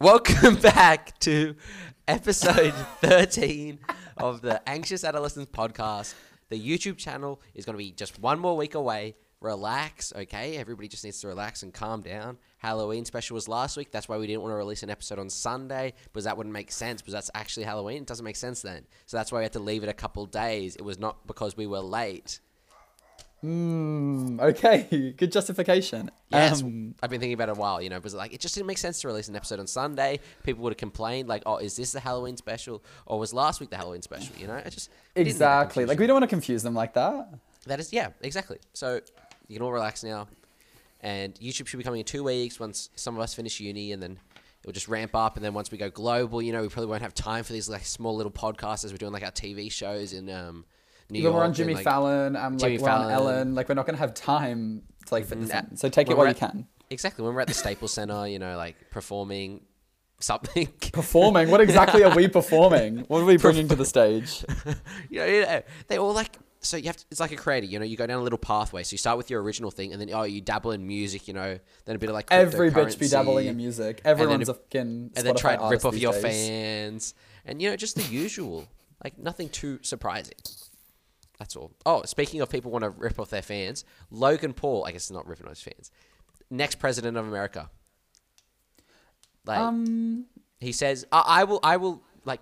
Welcome back to episode 13 of the Anxious Adolescents podcast. The YouTube channel is going to be just one more week away. Relax, okay? Everybody just needs to relax and calm down. Halloween special was last week. That's why we didn't want to release an episode on Sunday because that wouldn't make sense because that's actually Halloween. It doesn't make sense then. So that's why we had to leave it a couple days. It was not because we were late. Mm, okay, good justification. Yes, Um, I've been thinking about it a while. You know, because like it just didn't make sense to release an episode on Sunday. People would have complained, like, "Oh, is this the Halloween special, or was last week the Halloween special?" You know, it just we didn't need that exactly. Like confusion. we don't want to confuse them like that. that is yeah, exactly. So you can all relax now, and YouTube should be coming in two weeks once some of us finish uni, and then it'll just ramp up. And then once we go global, you know, we probably won't have time for these like small little podcasts as we're doing like our TV shows in um, New But York. we're on and, Jimmy like- Fallon. I'm Jimmy like we're on Fallon. Ellen. Like we're not gonna have time to like fit this Nah. in. Mm. So take it When where we're you at- can. Exactly. When we're at the Staples Center, you know, like performing something. Performing. What exactly are we performing? What are we bringing to the stage? you know, you know, they all like so you have to, it's like a creator you know you go down a little pathway so you start with your original thing and then oh you dabble in music you know then a bit of like Every bitch be dabbling in cryptocurrency, music. then Everyone's it- a fucking. and then Spotify try and rip artist off these your days. fans and you know just the usual like nothing too surprising that's all oh speaking of people want to rip off their fans logan paul i guess it's not ripping off his fans next president of america like Um. he says, I, I will, I will, like,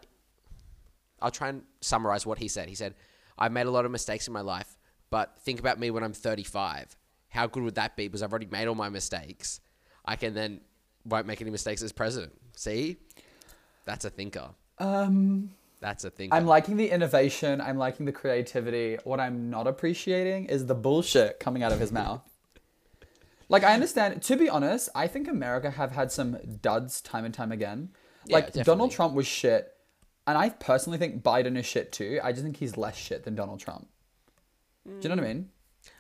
I'll try and summarize what he said. He said, I've made a lot of mistakes in my life, but think about me when I'm 35. How good would that be? Because I've already made all my mistakes. I can then won't make any mistakes as president. See? That's a thinker. Um. That's a thinker. I'm liking the innovation. I'm liking the creativity. What I'm not appreciating is the bullshit coming out of his mouth. Like I understand. To be honest, I think America have had some duds time and time again. Yeah, Like Donald definitely. Trump was shit, and I personally think Biden is shit too. I just think he's less shit than Donald Trump. Do you know what I mean?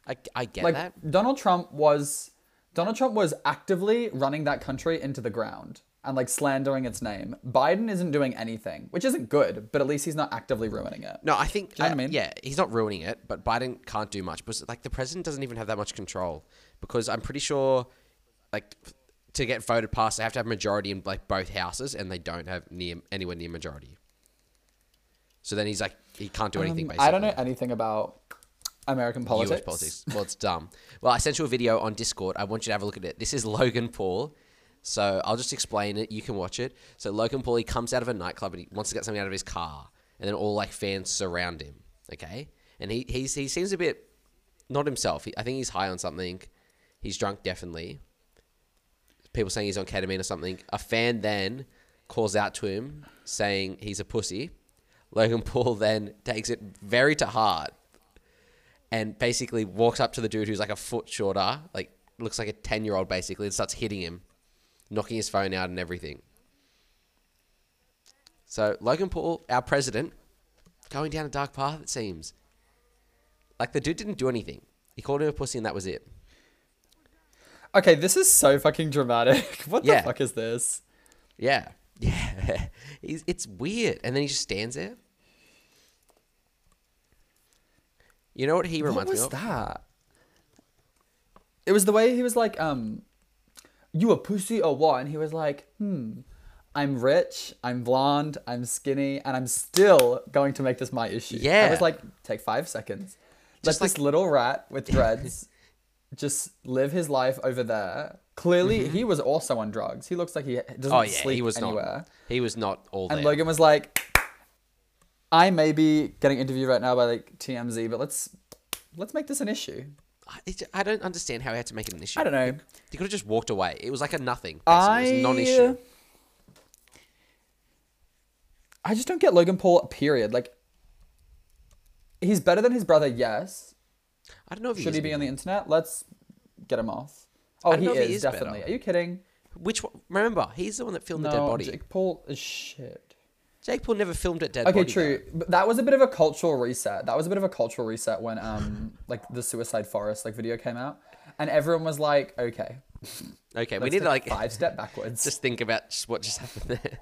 I, I get like that. Donald Trump was Donald Trump was actively running that country into the ground and like slandering its name. Biden isn't doing anything, which isn't good, but at least he's not actively ruining it. No, I think, you know I- what I mean? yeah, he's not ruining it, but Biden can't do much because, like, the president doesn't even have that much control because I'm pretty sure, like, f- to get voted past, they have to have majority in like both houses, and they don't have near anywhere near majority. So then he's like, he can't do anything. Um, Basically, I don't know anything about American politics. US politics. Well, it's dumb. Well, I sent you a video on Discord. I want you to have a look at it. This is Logan Paul. So I'll just explain it. You can watch it. So Logan Paul, he comes out of a nightclub and he wants to get something out of his car, and then all like fans surround him. Okay, and he he's, he seems a bit not himself. He, I think he's high on something. He's drunk definitely. People saying he's on ketamine or something. A fan then calls out to him saying he's a pussy. Logan Paul then takes it very to heart and basically walks up to the dude who's like a foot shorter, like looks like a 10 year old basically, and starts hitting him, knocking his phone out and everything. So, Logan Paul, our president, going down a dark path, it seems. Like, the dude didn't do anything. He called him a pussy, and that was it. Okay, this is so fucking dramatic. What Yeah. the fuck is this? Yeah. Yeah. He's, it's weird. And then he just stands there. You know what he what reminds me was of? that? It was the way he was like, um, you a pussy or what? And he was like, hmm, I'm rich, I'm blonde, I'm skinny, and I'm still going to make this my issue. I Yeah. was like, take five seconds. Just Let this little rat with dreads just live his life over there. Clearly, he was also on drugs. He looks like he doesn't Mm-hmm. Oh, yeah. sleep He was anywhere. not. He was not all And there. Logan was like, "I may be getting interviewed right now by like TMZ, but let's let's make this an issue." I, it, I don't understand how he had to make it an issue. I don't know. He could have just walked away. It was like a nothing. I uh, Basically. It was non-issue. I just don't get Logan Paul. Period. Like, he's better than his brother. Yes. I don't know if Should he be on the internet? Let's get him off. Oh, don't he know if is, he is better. definitely. Are you kidding? Which one? Remember, he's the one that filmed the dead No, body. Jake, Jake Paul is shit. Paul never filmed at dead Okay, body. true. But that was a bit of a cultural reset. That was a bit of a cultural reset when um like the Suicide Forest like video came out, and everyone was like, okay, though. Okay, we let's need take to like five step backwards. just think about just what just happened there.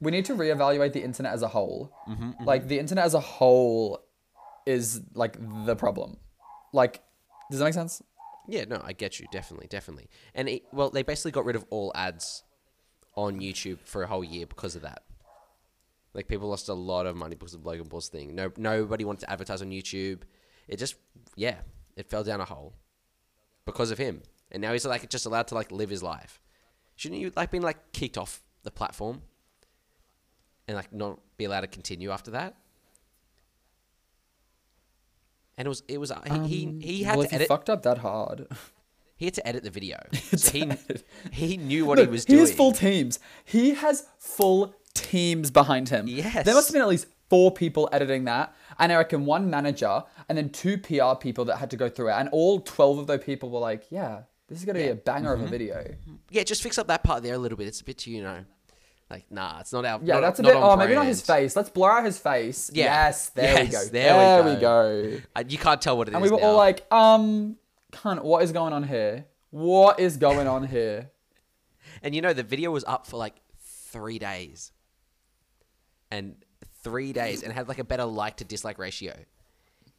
we need to reevaluate the internet as a whole. Mm-hmm, Like the internet as a whole is like the problem. Like, does that make sense? Yeah, no, I get you. Definitely, definitely. And it, well, they basically got rid of all ads on YouTube for a whole year because of that. Like people lost a lot of money because of Logan Paul's thing. No, nobody wanted to advertise on YouTube. It just, yeah, it fell down a hole because of him. And now he's like just allowed to like live his life. Shouldn't you like been like kicked off the platform and like not be allowed to continue after that? And it was it was he he, he had well, if to you edit fucked up that hard. he had to edit the video. so he he knew what Look, he was he doing. has full teams. He has full teams behind him. Yes. There must have been at least four people editing that. And I reckon one manager and then two PR people that had to go through it. And all 12 of those people were like, yeah, this is going to be a banger Mm-hmm. of a video. yeah, just fix up that part there a little bit. It's a bit too, you know, like nah, it's not our. Yeah, not- that's a not bit. on Oh, maybe not brand. his face. Let's blur out his face. Yeah. Yes, there we Yes, go. there There, we we go. Uh, You can't tell what it is. And we were all now. like, um, cunt, what is going on here? What is going on here? and you know, the video was up for like three days, and three days, and had like a better like to dislike ratio.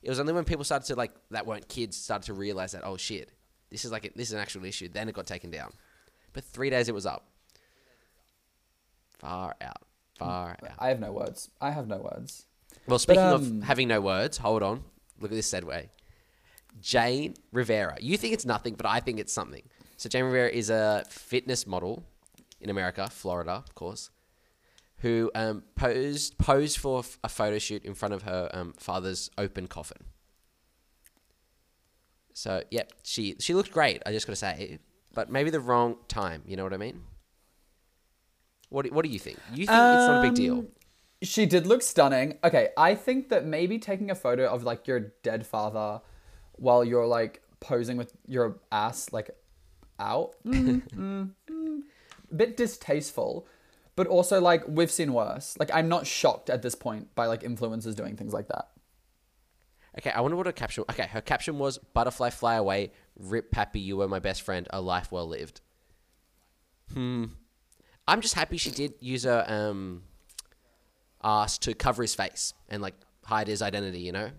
It was only when people started to like that weren't kids started to realize that oh shit, this is like a, this is an actual issue. Then it got taken down, but three days it was up. Far out, far out. I have no words. I have no words. Well, speaking um, of having no words, hold on. Look at this segue. Jane Rivera. You think it's nothing, but I think it's something. So Jane Rivera is a fitness model in America, Florida, of course, who um, posed posed for f- a photo shoot in front of her um, father's open coffin. So yeah, she she looked great. I just gotta say, but maybe the wrong time. You know what I mean? What do, what do you think? You think it's not a big deal? Um, She did look stunning. Okay, I think that maybe taking a photo of like your dead father while you're like posing with your ass like out, mm, mm, mm, bit distasteful. But also like we've seen worse. Like I'm not shocked at this point by like influencers doing things like that. Okay, I wonder what her caption. Okay, her caption was "Butterfly fly away, rip Pappy, you were my best friend, a life well lived." Hmm, I'm just happy she did use her um, ass to cover his face and like hide his identity. You know,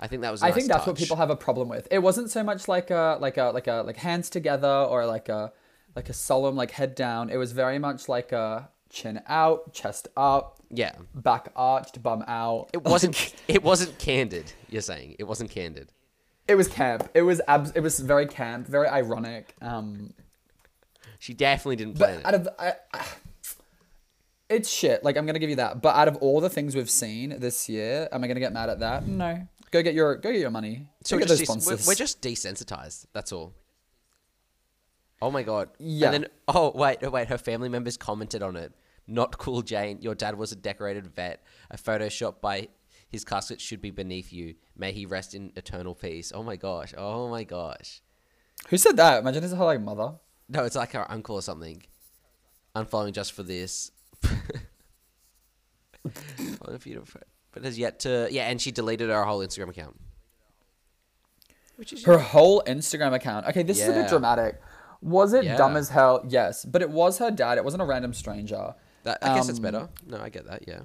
I think that was. I I think that's what people have a problem with. It wasn't so much like a like a like a like hands together or like a like a solemn like head down. It was very much like a chin out, chest up, Yeah, back arched, bum out. it wasn't. it wasn't candid. You're saying it wasn't candid. It was camp. It was abs. It was very camp, very ironic. Um, She definitely didn't plan but it. out of I, I, it's shit. Like I'm gonna give you that. But out of all the things we've seen this year, am I gonna get mad at that? No. Go get your go get your money. So go we're get just, those des- we're, sponsors. we're just desensitized. That's all. Oh my god. Yeah. And then oh wait, oh, wait. Her family members commented on it. Not cool, Jane. Your dad was a decorated vet. A photo shot by his casket should be beneath you. May he rest in eternal peace. Oh my gosh. Oh my gosh. Who said that? Imagine this is her like mother. No, it's like her uncle or something. Unfollowing just for this. Following for you to- but has yet to yeah, and she deleted her whole Instagram account. Which is Her whole Instagram account. Okay, this is a Yeah. bit dramatic. Was it dumb Yeah. as hell? Yes, but it was her dad. It wasn't a random stranger. That, I guess that's Um, better. No, I get that. Yeah.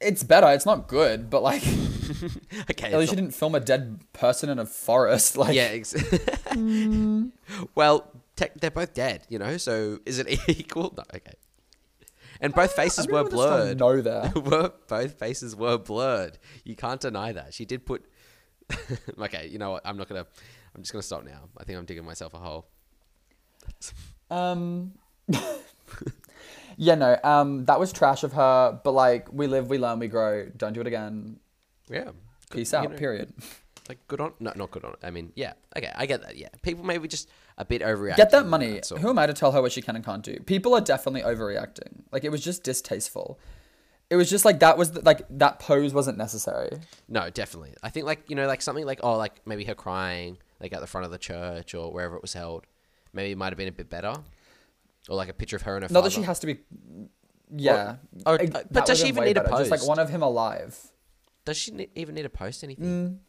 It's better. It's not good, but like Okay. at least Oh, you didn't film a dead person in a forest. Like yeah. Ex- Mm. well, tech they're both dead, you know. So is it equal? No. Okay. And both faces I'm were gonna go with the blurred. No, there. were both faces were blurred. You can't deny that. She did put. okay. You know what? I'm not gonna. I'm just gonna stop now. I think I'm digging myself a hole. Um. yeah, no. Um, that was trash of her. But like, we live, we learn, we grow. Don't do it again. Yeah. Good- Peace you out. know, period. Like good on. No, not good on. I mean, yeah. Okay, I get that. Yeah. People maybe just a bit overreact. Get that money. Who am I to tell her what she can and can't do? People are definitely overreacting. Like, it was just distasteful. It was just like that was the, like that pose wasn't necessary. No, definitely. I think like you know, like something like oh, like maybe her crying like at the front of the church or wherever it was held. Maybe it might have been a bit better, or like a picture of her and her. Not father. that she has to be. Yeah. or- It- uh, but that does would've she been even way need a better. Just like post? one of him alive. Does she ne- even need to post anything?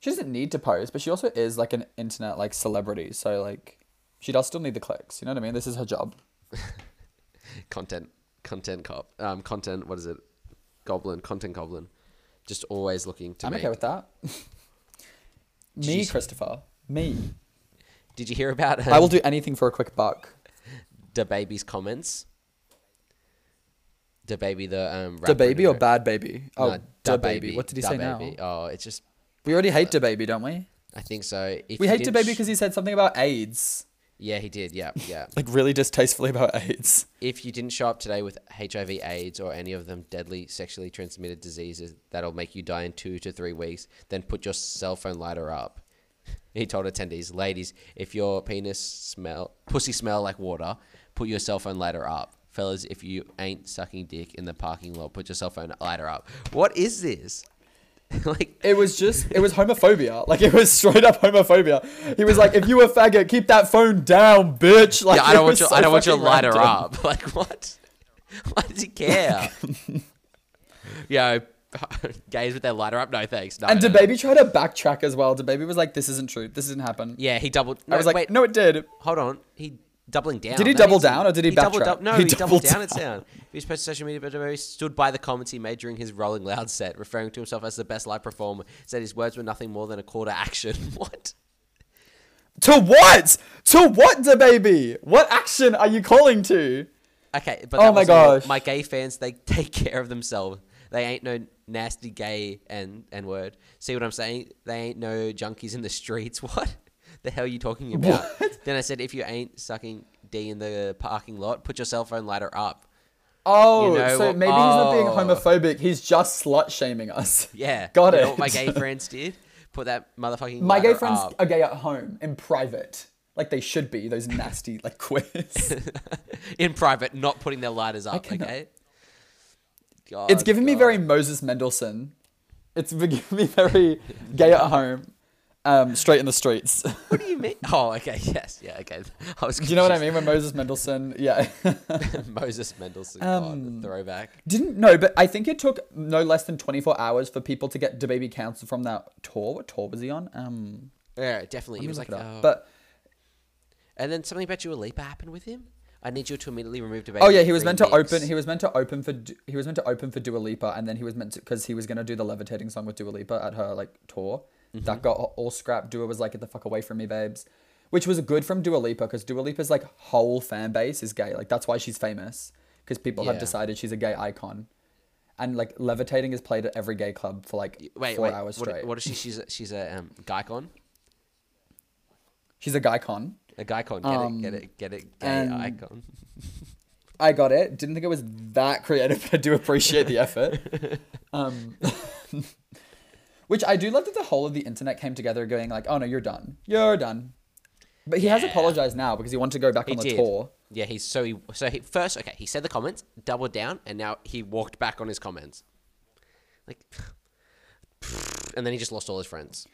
She doesn't need to post, but she also is like an internet like celebrity. So like, she does still need the clicks. You know what I mean? This is her job. Mm. Content, content cop, um, content. What is it? Goblin, content goblin. Just always looking to I'm make. okay with that. me, Jeez. Christopher. Me. Did you hear about? Um, I will do anything for a quick buck. the baby's comments. The baby, the um, Da rapper baby who or wrote- bad baby? No, Oh, da baby. DaBaby, What did he say DaBaby. now? Oh, it's just We already hate da baby, don't we? I think so. If We you hate da didn't baby sh- because he said something about AIDS, yeah, he did. Yeah, yeah. like really distastefully about AIDS. if you didn't show up today with HIV, AIDS, or any of them deadly sexually transmitted diseases that'll make you die in two to three weeks, then put your cell phone lighter up. He told attendees, ladies, if your penis smell, pussy smell like water, put your cell phone lighter up. Fellas, if you ain't sucking dick in the parking lot, put your cell phone lighter up. What is this? like, It was just, it was homophobia. Like it was straight up homophobia. He was like, "If you a faggot, keep that phone down, bitch." Like yeah, I it don't want was your, so I don't want your fucking lighter random. up. Like, what? Why does he care? yeah, gays with their lighter up. No, thanks. No, And no, da no. baby tried to backtrack as well. Da baby was like, "This isn't true. This didn't happen." Yeah, he doubled. No, I was like, wait, "No, it did." hold on. He doubling down. Did he That double means down or did he doubled backtrack? up- no, he, He doubled, doubled down. It's down. He was posted on social media, but he stood by the comments he made during his Rolling Loud set, referring to himself as the best live performer. Said his words were nothing more than a call to action. what? To what? To what, da baby? What action are you calling to? Okay, but Oh that my wasn't all. gosh. my gay fans, they take care of themselves. They ain't no nasty gay and and word. See what I'm saying? They ain't no junkies in the streets. What the hell are you talking about? Then I said, if you ain't sucking D in the parking lot, put your cell phone lighter up. Oh, You know so what- maybe he's not being oh. homophobic. He's just slut shaming us. Yeah. Got you it. Know what my gay friends did? Put that motherfucking My gay lighter friends up. are gay at home in private, like they should be. Those nasty like queers. Oh, in private, not putting their lighters up. cannot- Okay. It's giving me God. very Moses Mendelssohn. It's giving me very gay at home, um, straight in the streets. Do What do you mean? Oh, okay. Yes. Yeah. Okay. I was. you know what I mean? When Moses Mendelssohn, yeah. mean? Moses Mendelssohn. Um, God, throwback. Didn't no, but I think it took no less than 24 hours for people to get DaBaby cancelled from that tour. What tour was he on? Um, Yeah, definitely. It was look like, it up. oh. but and then something about Dua Lipa happened with him. I need you to immediately remove debate. oh yeah, he was meant to open. He was meant to open for Du- he was meant to open for Dua Lipa, and then he was meant to because he was gonna do the levitating song with Dua Lipa at her like tour. Mm-hmm. That got all scrapped. Dua was like, "Get the fuck away from me, babes," which was good from Dua Lipa because Dua Lipa's like whole fan base is gay. Like that's why she's famous because people Yeah. have decided she's a gay icon, and like levitating is played at every gay club for like wait, four wait. hours what, straight. What is she? She's a, she's a um, gycon. She's a guy con. A gycon. Get Um, it. Get it. Get it. Gay and- icon. I got it. Didn't think it was that creative, but I do appreciate the effort. Um, which I do love that the whole of the internet came together going like, oh no, you're done. You're done. But he has Yeah. apologized now because he wanted to go back He on the did. tour. Yeah, he's so he so he first okay. He said the comments, doubled down, and now he walked back on his comments. Like, and then he just lost all his friends.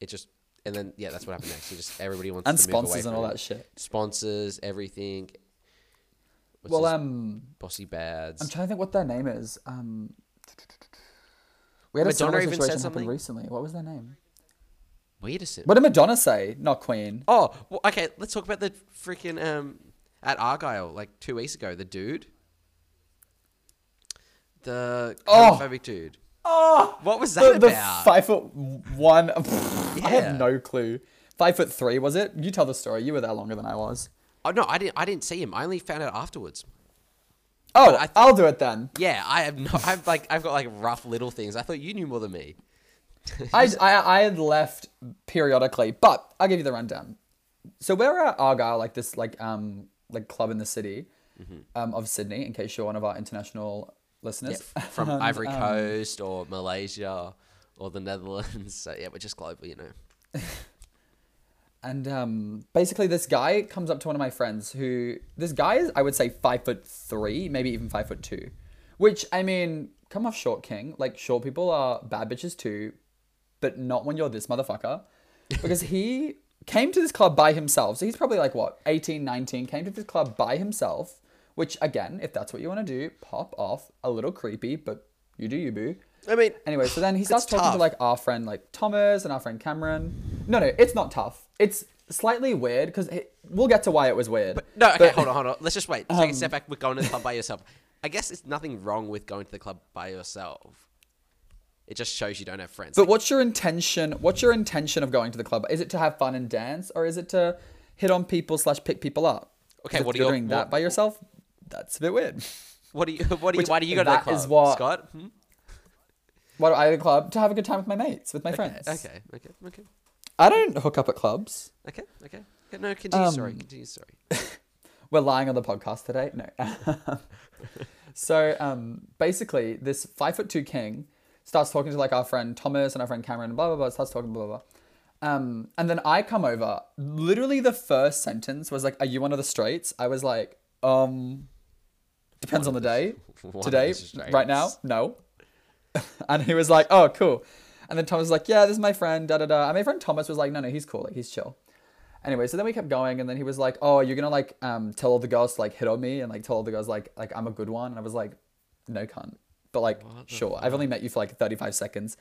It just and then yeah, that's what happened next. He just everybody wants And to move away sponsors and all from him. that shit. Sponsors, everything. What's well, his- um, bossy bads. I'm trying to think what their name is. Um, we had a Madonna similar even said situation happen something? recently. What was their name? Weirdest. What did Madonna say? Not Queen. Oh, well, okay. Let's talk about the freaking um at Argyle like two weeks ago. The dude, the Oh. homophobic dude. Oh, What was the, that the about? five foot one. I Yeah. have no clue. Five foot three was it? You tell the story. You were there longer than I was. Oh no, I didn't. I didn't see him. I only found out afterwards. Oh, I th- I'll do it then. Yeah, I have no. I've like I've got like rough little things. I thought you knew more than me. I, I I had left periodically, but I'll give you the rundown. So we're at Argyle, like this, like um, like club in the city, Mm-hmm. um, of Sydney. In case you're one of our international listeners, From Um, Ivory Coast or Malaysia or the Netherlands. So yeah, we're just global, you know. and um, basically this guy comes up to one of my friends who this guy is I would say five foot three, maybe even five foot two, which I mean, come off short, king. Like short people are bad bitches too, but not when you're this motherfucker, because he came to this club by himself. So he's probably like what 18, 19, Came to this club by himself, which again, if that's what you want to do, pop off. A little creepy, but you do you boo. I mean, Anyway, so then he starts talking tough. to like our friend like Thomas and our friend Cameron. No, no, it's not tough. It's slightly weird because we'll get to why it was weird. no. Okay, But- Um, hold on, hold on. Let's just wait. Take a step back. With going to the club by yourself. I guess it's nothing wrong with going to the club by yourself. It just shows you don't have friends. But what's your intention? What's your intention of going to the club? Is it to have fun and dance, or is it to hit on people slash pick people up? Okay, If what are you're your doing that what, by yourself? That's a bit weird. what do you what do you Which- why do you go to that that is club, what- Scott? Hmm? Why do I go to club to have a good time with my mates, with my friends? Okay, okay, okay, I don't hook up at clubs. okay, okay. Okay, No, continue. sorry, Um, continue. Sorry. We're lying on the podcast today. No. so um, basically, this five foot two king starts talking to like our friend Thomas and our friend Cameron. Blah blah blah. Starts talking blah blah blah. Um, and then I come over. Literally, the first sentence was like, "Are you one of the straights?" I was like, "Um, depends on the day. One of Today, the straights. right now, no." and he was like, "Oh, cool." And then Thomas was like, "Yeah, this is my friend." Da da da. And my friend Thomas was like, "No, no, he's cool. Like he's chill." Anyway, so then we kept going, and then he was like, "Oh, you're gonna like um, tell all the girls to, like hit on me and like tell all the girls like like I'm a good one." And I was like, "No, cunt." But like, sure, I've only met you for like 35 seconds.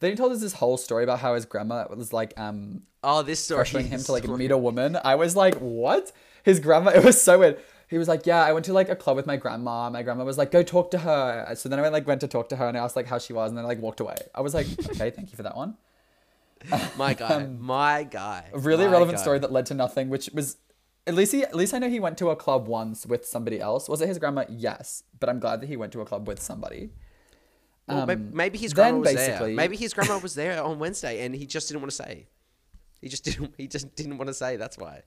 Then he told us this whole story about how his grandma was like um, Oh, this story. pressuring him to like is- meet a woman. I was like, what? His grandma. It was so weird. He was like, yeah, I went to like a club with my grandma. My grandma was like, go talk to her. So then I like went to talk to her and I asked like how she was, and then I like walked away. I was like, okay, thank you for that one. my guy, my guy. Um, A really my relevant guy. story that led to nothing, which was at least he, at least I know he went to a club once with somebody else. Was it his grandma? Yes, but I'm glad that he went to a club with somebody. Well, may- um, maybe his then grandma was there. basically- Maybe his grandma was there on Wednesday, and he just didn't want to say. He just didn't. He just didn't want to say. That's why.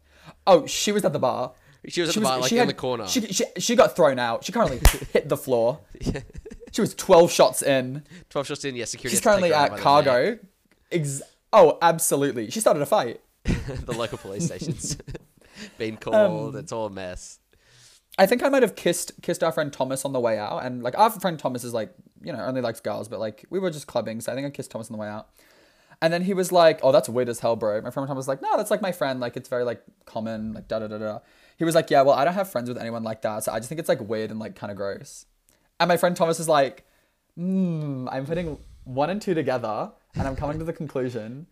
Oh, she was at the bar. She was at the bar, like, she in the corner. She, she, she got thrown out. She currently hit the floor. She was 12 shots in. Twelve shots in. Yeah, security. She's has to take currently her out at by the Cargo. Ex- oh, absolutely. She started a fight. neck. the local police station's Um, been called. it's all a mess. I think I might have kissed kissed our friend Thomas on the way out, and like our friend Thomas is like you know only likes girls, but like we were just clubbing, so I think I kissed Thomas on the way out. And then he was like, "Oh, that's weird as hell, bro." My friend Thomas was like, "No, that's like my friend. Like it's very like common. Like da da da da." He was like, "Yeah, well, I don't have friends with anyone like that, so I just think it's like weird and like kind of gross." And my friend Thomas is like, "Hmm, I'm putting one and two together, and I'm coming to the conclusion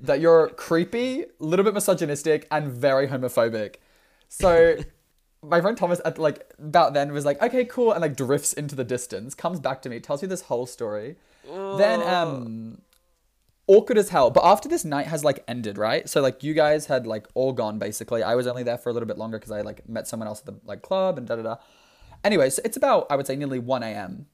that you're creepy, a little bit misogynistic, and very homophobic." So my friend Thomas at like about then was like, okay, cool, and like drifts into the distance, comes back to me, tells me this whole story. Then um awkward as hell. But after this night has like ended, right? So like you guys had like all gone basically. I was only there for a little bit longer because I like met someone else at the like club and da da da. Anyway, so it's about I would say nearly one a.m.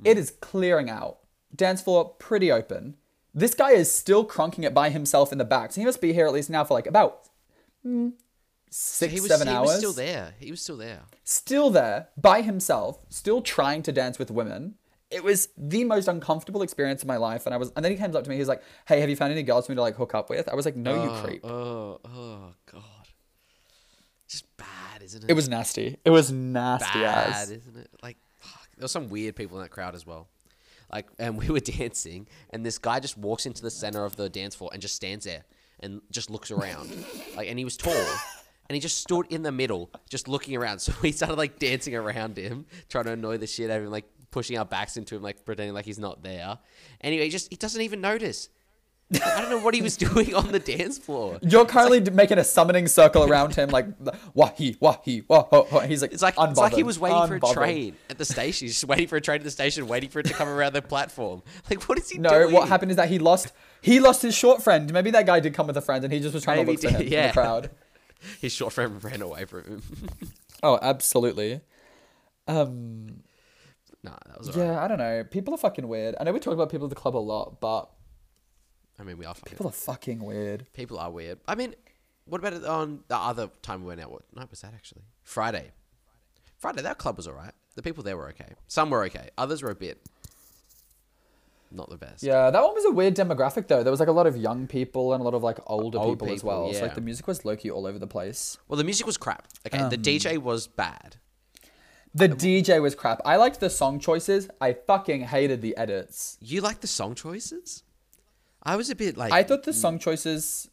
Hmm. It is clearing out. Dance floor pretty open. This guy is still cronking it by himself in the back, so he must be here at least now for like about mm, So six, he was, seven he hours was still there. He was still there. still there by himself, still trying to dance with women. It was the most uncomfortable experience of my life, and I was. And then he comes up to me. He's like, "Hey, have you found any girls for me to like hook up with?" I was like, "No, you creep." Oh, oh God. Just bad, isn't it? It was nasty. It was nasty bad, ass. isn't it? Like, fuck. There were some weird people in that crowd as well. Like, and we were dancing, and this guy just walks into the center of the dance floor and just stands there and just looks around. like, and he was tall, and he just stood in the middle, just looking around. So we started like dancing around him, trying to annoy the shit out of him, like pushing our backs into him, like pretending like he's not there. Anyway, he just he doesn't even notice. I don't know what he was doing on the dance floor. You're currently d making a summoning circle around him, like wahi wahi wah ho ho. and He's like, It's like it's like he unbothered, was waiting for a unbothered. train at the station. He's just waiting for a train at the station, waiting for it to come around the platform. Like, what is he No, doing? what happened is that he lost. He lost his short friend. Maybe that guy did come with a friend, and he just was trying Maybe he to look for did, him in yeah. the crowd. His short friend ran away from him. Oh, absolutely. Um, nah, that was alright. Yeah, I don't know. People are fucking weird. I know we talk about people at the club a lot, but I mean, we are fucking people. people are fucking weird. are weird. I mean, what about it on the other time we went out? What night was that actually? Friday. Friday. That club was alright. The people there were okay. Some were okay. Others were a bit not the best. Yeah, that one was a weird demographic though. There was like a lot of young people and a lot of like older Old people, as people, well. So yeah. like the music was low key all over the place. Well, the music was crap. Okay, Um. the DJ was bad. The DJ was crap. I liked the song choices. I fucking hated the edits. You like the song choices? I was a bit like mm. I thought the song choices.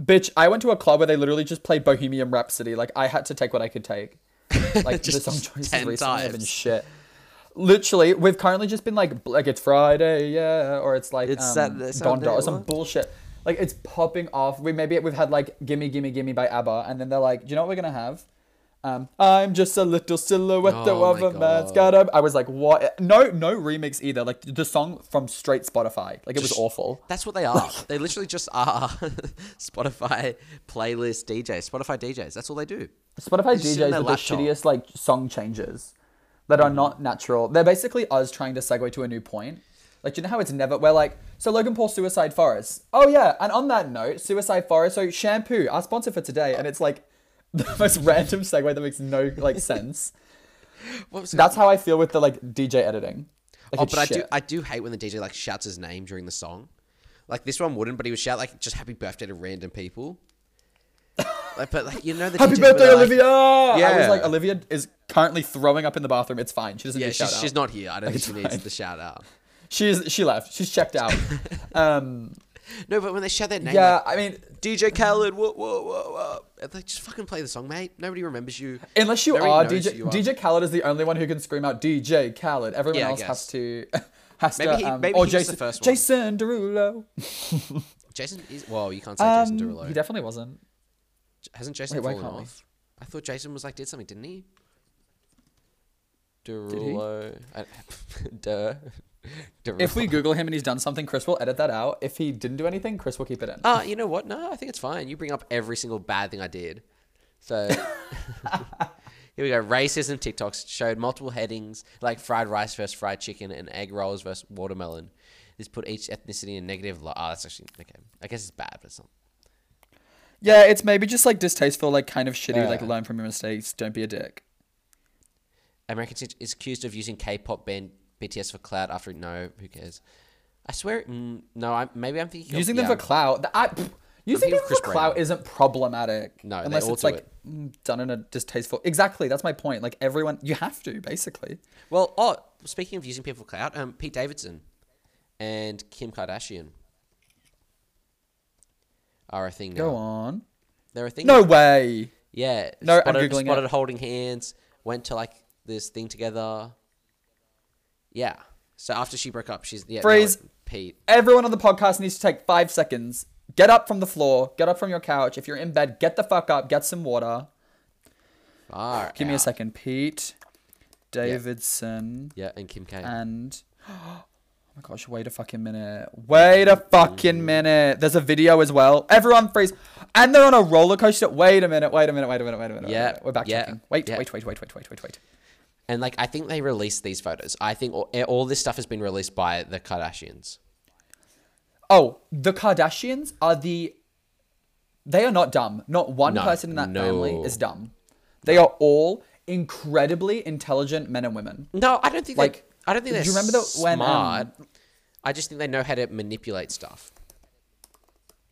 Bitch, I went to a club where they literally just played Bohemian Rhapsody. Like I had to take what I could take. Like Just the song choices 10 recently have been times. shit. Literally, we've currently just been like, like it's Friday, yeah, or it's like It's um, Saturday, Sunday, Donda or some what? bullshit. Like it's popping off. We maybe we've had like Gimme Gimme Gimme by ABBA, and then they're like, do you know what we're gonna have? Um, I'm just a little silhouette Oh of my a man's God. got a. I was like, what? No, no remix either. Like the song from straight Spotify. Like it was Just- awful. That's what they are. they literally just are Spotify playlist DJs, Spotify DJs. That's all they do. Spotify just sit on their DJs with the laptop. Mm-hmm. shittiest like song changes that are not natural. They're basically us trying to segue to a new point. Like, do you know how it's never? We're like, so Logan Paul, Suicide Forest. Oh yeah, and on that note, Suicide Forest. So shampoo, our sponsor for today, and it's like the most random segue that makes no like sense. What was it? That's how I feel with the like DJ editing. Like, oh, it's but I do, shit. I do hate when the DJ like shouts his name during the song. Like this one wouldn't, but he would shout like just "Happy Birthday" to random people. Like, but like you know the Happy DJs where birthday, they're like, Olivia! I was Yeah. like, Olivia is currently throwing up in the bathroom. It's fine. She doesn't Yeah, need a shout she's, out. she's not here. I don't think It's she needs fine. the shout out. She's she left. She's checked out. um, No, but when they shout their name, yeah. yeah, I mean, DJ Khaled, whoa, whoa, whoa, whoa. And They just fucking play the song, mate. Nobody remembers you. unless you Nobody are knows DJ, who you are. DJ Khaled is the only one who can scream out DJ Khaled. Everyone Yeah, I else guess. has to has Maybe to he- um, maybe or he was the Jason first one. Jason Derulo. Jason is. Whoa, you can't say Jason Um, Derulo. He definitely wasn't. J- Hasn't Jason Wait, why fallen can't we? off? I thought Jason was like did something, didn't he? Derulo. I, duh. Derulo. If we Google him and he's done something, Chris will edit that out. If he didn't do anything, Chris will keep it in. Ah, you know what? No, I think it's fine. You bring up every single bad thing I did. So here we go. Racism TikToks showed multiple headings like fried rice versus fried chicken and egg rolls versus watermelon. This put each ethnicity in negative light. Ah, that's actually okay. I guess it's bad, but it's not. Yeah, it's maybe just like distasteful, like kind of shitty. Like Yeah. learn from your mistakes. Don't be a dick. American Teen is accused of using K-pop band BTS for clout after no, who cares? I swear, mm, no, I maybe I'm thinking of- Using yeah, them for clout. The, I, pff, using thinking them of Chris for clout Brown. isn't problematic. No, they unless all it's do like mm, done in a distasteful. Exactly, that's my point. Like everyone, you have to basically. Well, oh, speaking of using people for clout, um, Pete Davidson and Kim Kardashian are a thing now. Go on. They're a thing. No way. Yeah. No, I'm spotted, Googling it. spotted holding hands. Went to like this thing together. Yeah. So after she broke up, she's yeah. now Freeze. it- Pete. Everyone on the podcast needs to take five seconds. Get up from the floor. Get up from your couch. If you're in bed, get the fuck up. Get some water. Far Give me a out. second, Pete Davidson Yeah, and Kim K. Uh, and. Oh my gosh, wait a fucking minute. Wait a fucking minute. There's a video as well. Everyone freeze. And they're on a roller coaster. Wait a minute, wait a minute, wait a minute, wait a minute. wait a Yeah, minute. We're backtracking. yeah, Wait, yeah. wait, wait, wait, wait, wait, wait, wait. And like, I think they released these photos. I think all, eh, all this stuff has been released by the Kardashians. Oh, the Kardashians are the. They are not dumb. Not one No, person in that family no. is dumb. They are all incredibly intelligent men and women. No, I don't think like. Like, I don't think they're do you remember that when, smart. I just think they know how to manipulate stuff.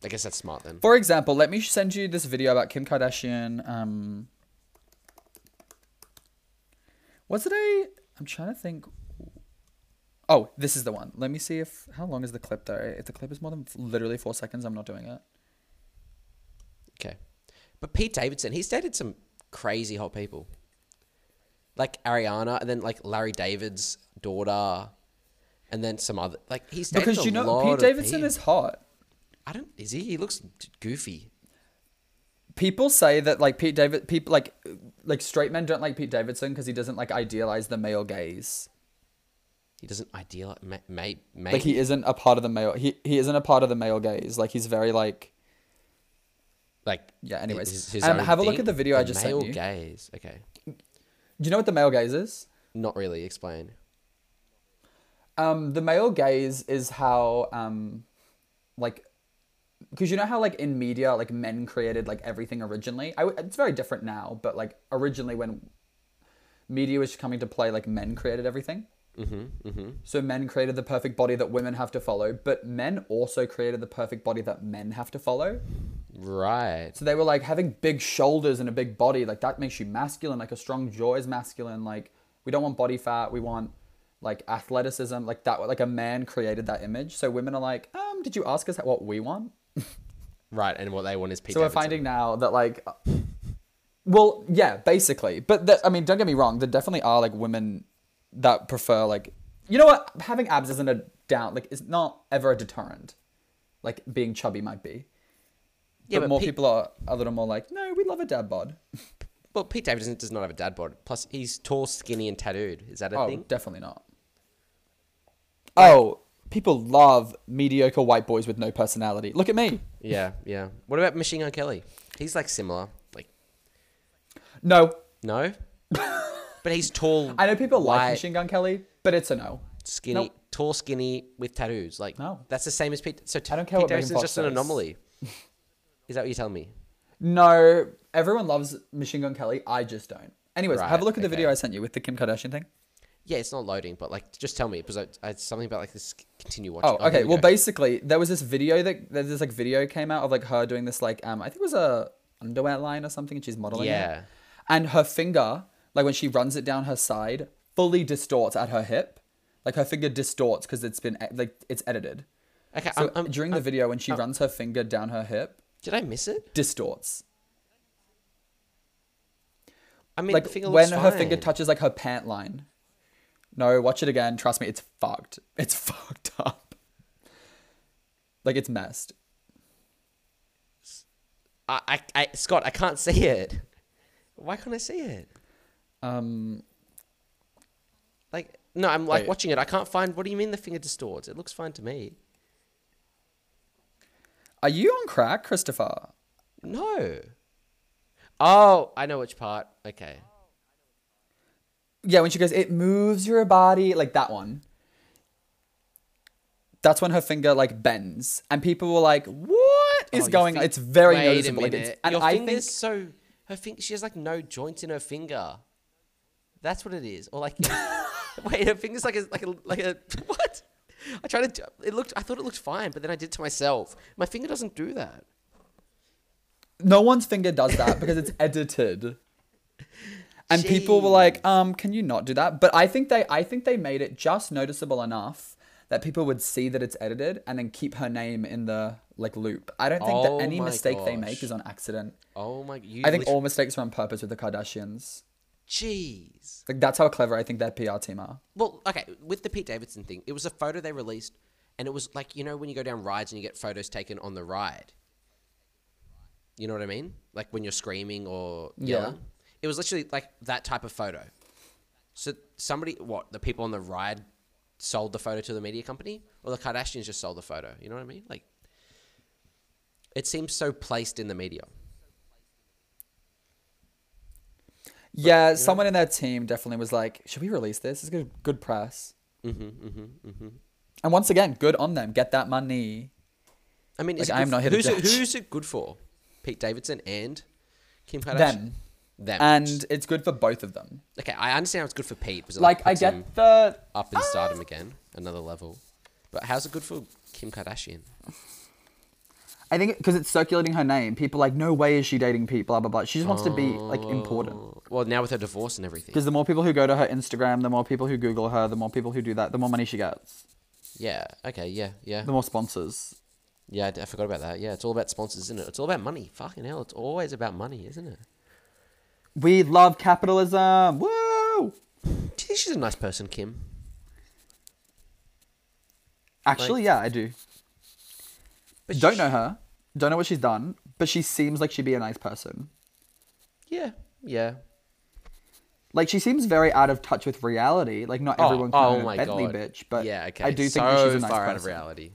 I guess that's smart then. For example, let me send you this video about Kim Kardashian. Um, was it a? I'm trying to think. Oh, this is the one. Let me see if how long is the clip though. If the clip is more than f- literally four seconds, I'm not doing it. Okay. But Pete Davidson, he's dated some crazy hot people. Like Ariana, and then like Larry David's daughter, and then some other like he's dated Because a you know, lot Pete of Davidson people. is hot. I don't is he? He looks d- goofy. people say that like Pete David people like like straight men don't like Pete Davidson because he doesn't like idealize the male gaze. He doesn't ideal mate mate. Like he isn't a part of the male he he isn't a part of the male gaze. Like he's very like like Yeah, hi- anyways. his- his Um, own have a look thing. at the video I just sent male you. gaze. Okay, do you know what the male gaze is? not really. Explain. Um the male gaze is how um like because you know how like in media like men created like everything originally. I w it's very different now, but like originally when media was coming to play like men created everything. So men created the perfect body that women have to follow, but men also created the perfect body that men have to follow. Right. So they were like having big shoulders and a big body, like that makes you masculine, like a strong jaw is masculine, like we don't want body fat, we want like athleticism, like that like a man created that image. So women are like, "Um, did you ask us what we want?" Right, and what they want is Pete. So we're Davidson. finding now that like, uh, well, yeah, basically. But that, I mean, don't get me wrong. There definitely are like women that prefer like, you know what? Having abs isn't a down. Like, it's not ever a deterrent. Like being chubby might be. Yeah, but, but more pe- people are a little more like, no, we love a dad bod. Well, Pete Davidson does not have a dad bod. Plus, he's tall, skinny, and tattooed. Is that a Oh, thing? definitely not. Oh, people love mediocre white boys with no personality. Look at me. Yeah, yeah. What about Machine Gun Kelly? He's like similar. Like No, no, but he's tall. I know people like white, Machine Gun Kelly, but it's a no. skinny, Nope. tall, skinny with tattoos. Like No. that's the same as Pete. So t- I don't care Pete what Megan Davidson's Fox just an says. anomaly. Is that what you're telling me? No, everyone loves Machine Gun Kelly. I just don't. Anyways, Right, have a look at the okay. video I sent you with the Kim Kardashian thing. Yeah, it's not loading, but like, just tell me because I, I had something about like this. Continue watching. here Oh, okay. we Well, go. basically, there was this video that that this like video came out of like her doing this like um I think it was a underwear line or something, and she's modeling it. Yeah. And her finger, like when she runs it down her side, fully distorts at her hip. Like her finger distorts because it's been e- like it's edited. okay. So I'm, I'm- during I'm- the video, when she runs her finger down her hip, did I miss it? distorts. I mean, like the finger when looks her finger fine. touches like her pant line. No, watch it again. Trust me, it's fucked. It's fucked up. Like it's messed. I, I, I, Scott, I can't see it. Why can't I see it? Um, Like, no, I'm like Wait. watching it. I can't find. What do you mean the finger distorts? It looks fine to me. are you on crack, Christopher? No. Oh, I know which part. Okay. Yeah, when she goes, it moves your body, like that one. That's when her finger like bends, and people were like, "What Oh, is your going?" fin- on? It's very Wait A noticeable. Like, minute. it's, and Your I think finger's so. Her finger. She has like no joints in her finger. That's what it is. Or like, wait, her finger's like a like a like a what? I tried to. do- It looked. I thought it looked fine, but then I did it to myself. My finger doesn't do that. no one's finger does that because it's edited. And people were like, um, can you not do that? But I think they I think they made it just noticeable enough that people would see that it's edited and then keep her name in the like loop. I don't think Oh that any my mistake they make gosh. is on accident. Oh my. You I think literally- all mistakes are on purpose with the Kardashians. Jeez. Like that's how clever I think their PR team are. Well, okay, with the Pete Davidson thing, it was a photo they released, and it was like you know when you go down rides and you get photos taken on the ride. You know what I mean? Like when you're screaming or Yeah. yelling. It was literally like that type of photo. So somebody, what the people on the ride sold the photo to the media company, or the Kardashians just sold the photo. You know what I mean? Like, it seems so placed in the media. yeah, someone in their team definitely was like, should we release this? It's good good press. Mm-hmm, mm-hmm, mm-hmm. And once again, good on them. Get that money. I mean, is Like, it I am good- not here to who's it, judge. who's it good for? Pete Davidson and Kim Kardashian. Them. Them. And it's good for both of them. Okay, I understand how it's good for Pete because it like, Like I puts him get the up in stardom again, another level. But how's it good for Kim Kardashian? I think because it's circulating her name, people are like, no way is she dating Pete, blah, blah, blah. She just wants to be like important. Oh, Well, now with her divorce and everything. Because the more people who go to her Instagram, the more people who Google her, the more people who do that, the more money she gets, Yeah. Okay. Yeah. Yeah. the more sponsors. Yeah. I d- I forgot about that. Yeah. It's all about sponsors, isn't it? It's all about money. Fucking hell. It's always about money, isn't it? We love capitalism. Woo! Do you think she's a nice person, Kim? Actually, yeah, I do. But Don't she- know her. Don't know what she's done, but she seems like she'd be a nice person. Yeah. Yeah. Like she seems very out of touch with reality. Like not Oh, everyone can oh own a my Bentley God. bitch, but yeah. Okay. I do think so that she's a nice far person. out of reality.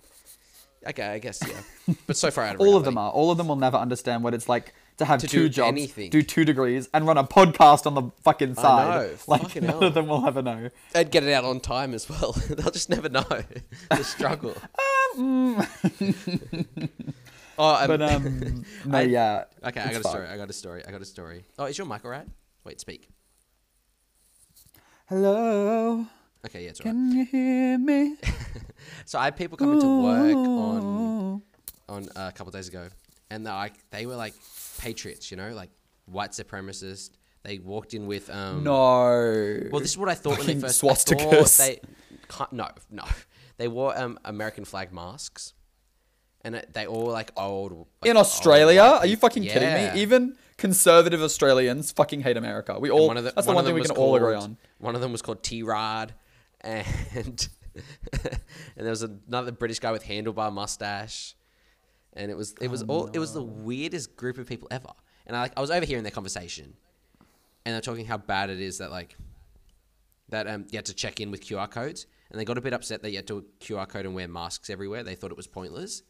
Okay. I guess yeah. but so far out of All reality. of them are. All of them will never understand what it's like to have To two do jobs, anything. do two degrees, and run a podcast on the fucking side. know, Like fucking none hell. of them will ever know. They'd get it out on time as well. They'll just never know the struggle. Um, oh, um, But um, no, I- yeah. okay. I got a it's fucked. story. I got a story. I got a story. Oh, is your mic alright? Wait, speak. Hello, Okay, yeah, it's alright. can you hear me? So I had people coming to work on on uh, a couple days ago, and they like they were like patriots, you know, like white supremacists. They walked in with um, No. Well, this is what I thought when they Fucking first I thought swastikas. They, ca- no, no, they wore um, American flag masks, and it, they all were, like old. like, in old Australia? white Are you people. fucking kidding Yeah. me? Even conservative Australians fucking hate America. We all. And the- that's the of one thing them we was can all agree called- on. One of them was called T Rod, and and there was another British guy with handlebar mustache, Oh, and it was it was all it was the weirdest group of people ever. And I like I was overhearing their conversation, and they're talking how bad it is that like that um, you had to check in with QR codes, and they got a bit upset that you had to QR code and wear masks everywhere. They thought it was pointless,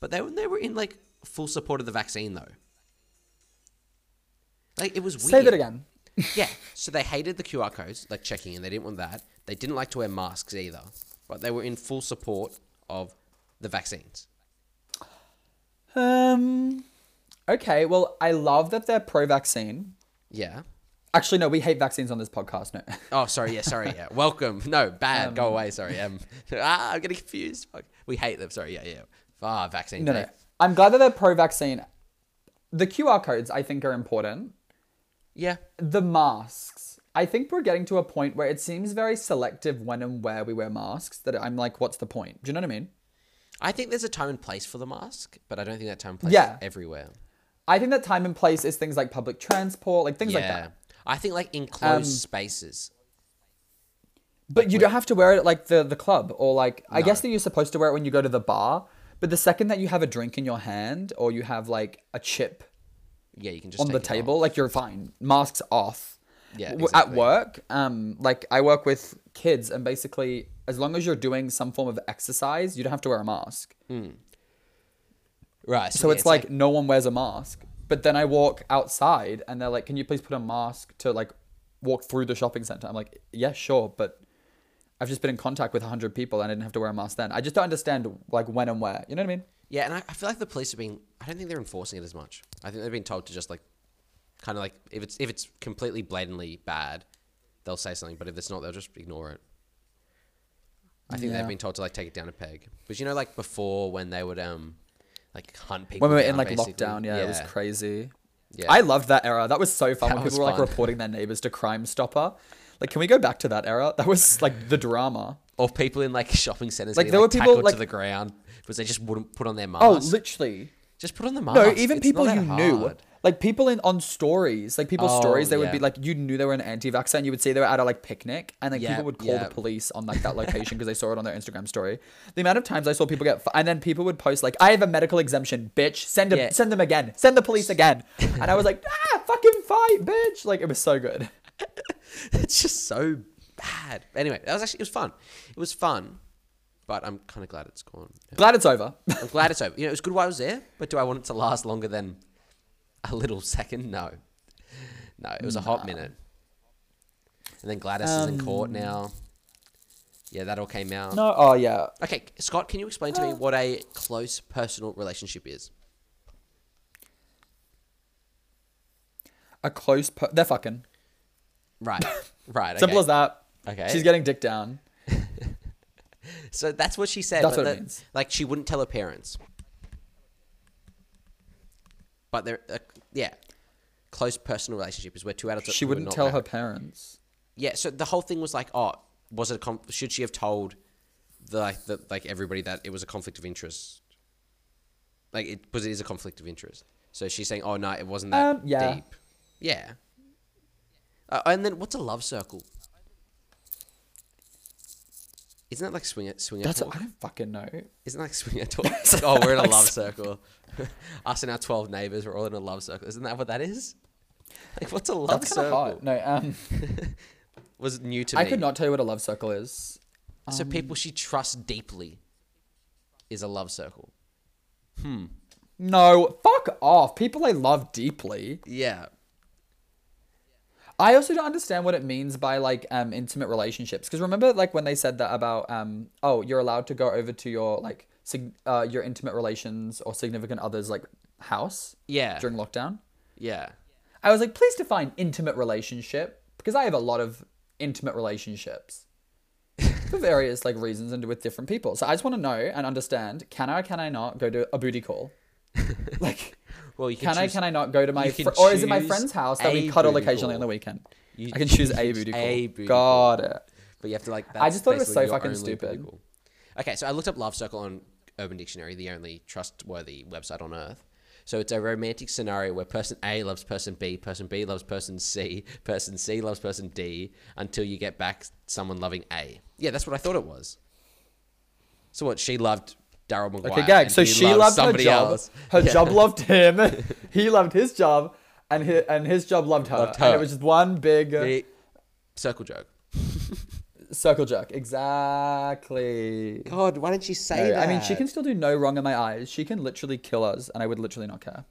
but they they were in like full support of the vaccine though. Like it was weird. Say that again. yeah. So they hated the QR codes, like checking in. They didn't want that. They didn't like to wear masks either, but they were in full support of the vaccines. Um. Okay. Well, I love that they're pro-vaccine. Yeah. Actually, no, we hate vaccines on this podcast. No. Oh, sorry. Yeah, sorry. Yeah. Welcome. No, bad. Go away. Sorry. Um, ah, I'm getting confused. Fuck. We hate them. Sorry. Yeah, yeah. Ah, vaccine. No, eh? no. I'm glad that they're pro-vaccine. The QR codes I think are important. Yeah. The masks. I think we're getting to a point where it seems very selective when and where we wear masks. That I'm like, what's the point? Do you know what I mean? I think there's a time and place for the mask, but I don't think that time and place Yeah. is everywhere. I think that time and place is things like public transport, like things Yeah. like that. Um, I think like enclosed spaces. But you don't have to wear it at like the the club or like I guess that you're supposed to wear it when you go to the bar. But the second that you have a drink in your hand or you have like a chip Yeah, you can just on the take it off. table, like you're fine. Masks off. Yeah, W- exactly. At work, um, like I work with kids, and basically, as long as you're doing some form of exercise, you don't have to wear a mask. Right. So yeah, it's, like, no one wears a mask. But then I walk outside, and they're like, "Can you please put a mask to like walk through the shopping center?" I'm like, "Yeah, sure," but I've just been in contact with 100 people, and I didn't have to wear a mask then. I just don't understand like when and where. You know what I mean? Yeah, and I, I feel like the police have been. I don't think they're enforcing it as much. I think they've been told to just like, kind of like if it's if it's completely blatantly bad, they'll say something. But if it's not, they'll just ignore it. I think Yeah. they've been told to like take it down a peg. But you know, like before when they would um, like hunt people When we were in down, like basically. lockdown, yeah, it was crazy. Yeah. I loved that era. That was so fun That when was people were like fun. reporting their neighbors to Crime Stopper. Like, can we go back to that era? That was like the drama. Or people in like shopping centers Like, like there like, were people, tackled like- to the ground because they just wouldn't put on their mask. Oh, literally. just put on the mask. No, even It's people not you that knew. hard. Like people in on stories, like people's Oh, stories, they would yeah. be like, you knew they were an anti-vaxxer, and you would see they were at a like picnic, and like Yeah, people would call yeah. the police on like that location because they saw it on their Instagram story. The amount of times I saw people get, fi- and then people would post like, I have a medical exemption, bitch. Send them, Yeah. send them again, send the police again, and I was like, ah, fucking fight, bitch. Like it was so good. it's just so bad. Anyway, that was actually it was fun. It was fun, but I'm kind of glad it's gone. now. Glad it's over. I'm glad it's over. You know, it was good while I was there, but do I want it to last longer than a little second? No, no. It was a hot minute. And then Gladys is in court now. Yeah, that all came out. Um, no, Uh, oh yeah. Okay, Scott, can you explain to me what a close personal relationship is? A close, per- they're fucking. Right, right. Okay. Simple as that. Okay. She's getting dick down. So that's what she said. That's but what it the- means. Like she wouldn't tell her parents. But they're uh, yeah, close personal relationship is where two adults. are- She who are wouldn't not tell her married- parents. Yeah, so the whole thing was like, oh, was it? A conf- should she have told the like, the like everybody that it was a conflict of interest? Like it because it is a conflict of interest. So she's saying, oh no, it wasn't that Um, yeah. deep. Yeah. Uh, and then what's a love circle? Isn't that like swinger swinger That's talk? I don't fucking know. Isn't that like swing at all? oh, we're in a love circle. Us and our twelve neighbors, we're all in a love circle. Isn't that what that is? Like, what's a love That's kind of circle? hard. No, um, Was new to I me. could not Um, tell you what a love circle is. So people she trusts deeply is a love circle. No, fuck off. People I love deeply. Yeah. I also don't understand what it means by like um intimate relationships. Because remember, like when they said that about um oh you're allowed to go over to your like sig- uh, your intimate relations or significant others like house Yeah. during lockdown. Yeah. I was like, please define intimate relationship because I have a lot of intimate relationships for various like reasons and with different people. So I just want to know and understand: can I, can I not go to a booty call? like, Well, you can, can I, choose- can I not go to my you can fr- or is it my choose friend's house that we a cuddle booty occasionally call. on the weekend? You I can choose a choose a booty call. booty call. Got it. But you have to like. That's I just thought it was basically so your fucking only stupid. political- Okay, so I looked up love circle on Urban Dictionary, the only trustworthy website on earth. So it's a romantic scenario where person A loves person B, person B loves person C, person C loves person D, until you get back someone loving A. Yeah, that's what I thought it was. So what? She loved Daryl McGuire. Okay, gag. and So he she loved her somebody job. else. Her Yeah. job loved him. he loved his job. and his, and his job loved her. Loved And her. it was just one big The circle joke. circle jerk. Exactly. God, why didn't you say No, I mean, she can still do no wrong in my eyes. She can literally kill us, and I would literally not care.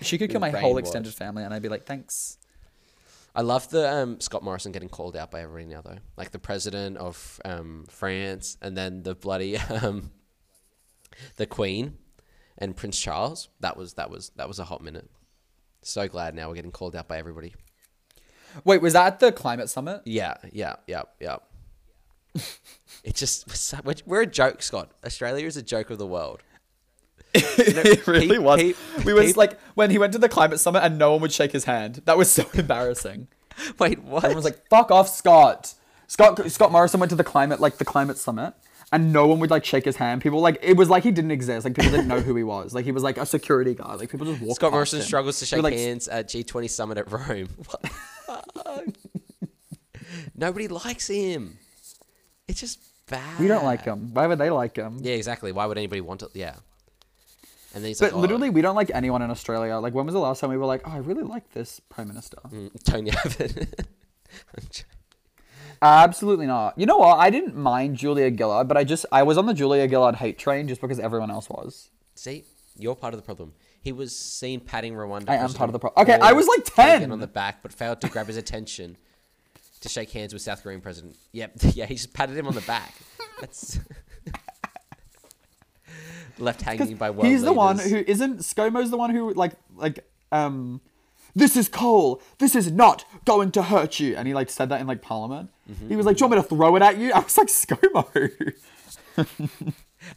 she could kill my whole brainwashed. extended family, and I'd be like, thanks. I love the um, Scott Morrison getting called out by everybody now, though. Like the president of um, France, and then the bloody um, the Queen and Prince Charles. That was that was that was a hot minute. So glad now we're getting called out by everybody. Wait, was that at the climate summit? Yeah, yeah, yeah, yeah. it just we're so- we're, we're a joke, Scott. Australia is a joke of the world. it really peep- was. peep- we was peep- like when he went to the climate summit and no one would shake his hand. That was so embarrassing. Wait, what? Everyone was like, "Fuck off, Scott." Scott Scott Morrison went to the climate like the climate summit, and no one would like shake his hand. People like it was like he didn't exist. Like people didn't know who he was. Like he was like a security guard. Like people just walked. Scott past Morrison him. struggles to They were shake like, hands at G20 summit at Rome. What the fuck? Nobody likes him. It's just bad. We don't like him. Why would they like him? Yeah, exactly. Why would anybody want to? Yeah. And then he's But like, oh, literally, we don't like anyone in Australia. Like, when was the last time we were like, "Oh, I really like this prime minister"? mm, Tony Abbott. I'm j- Absolutely not. You know what? I didn't mind Julia Gillard, but I just I was on the Julia Gillard hate train just because everyone else was. See, you're part of the problem. He was seen patting Rwanda. I am part of the President pro- Okay, I Paul was like Kagame 10. on the back, but failed to grab his attention to shake hands with South Korean president. Yep, yeah, he just patted him on the back. That's left hanging by world He's the one leaders. who isn't ScoMo's the one who like like um this is coal. This is not going to hurt you. And he like said that in like Parliament. Mm-hmm. He was like, "Do you want me to throw it at you?" I was like, "ScoMo,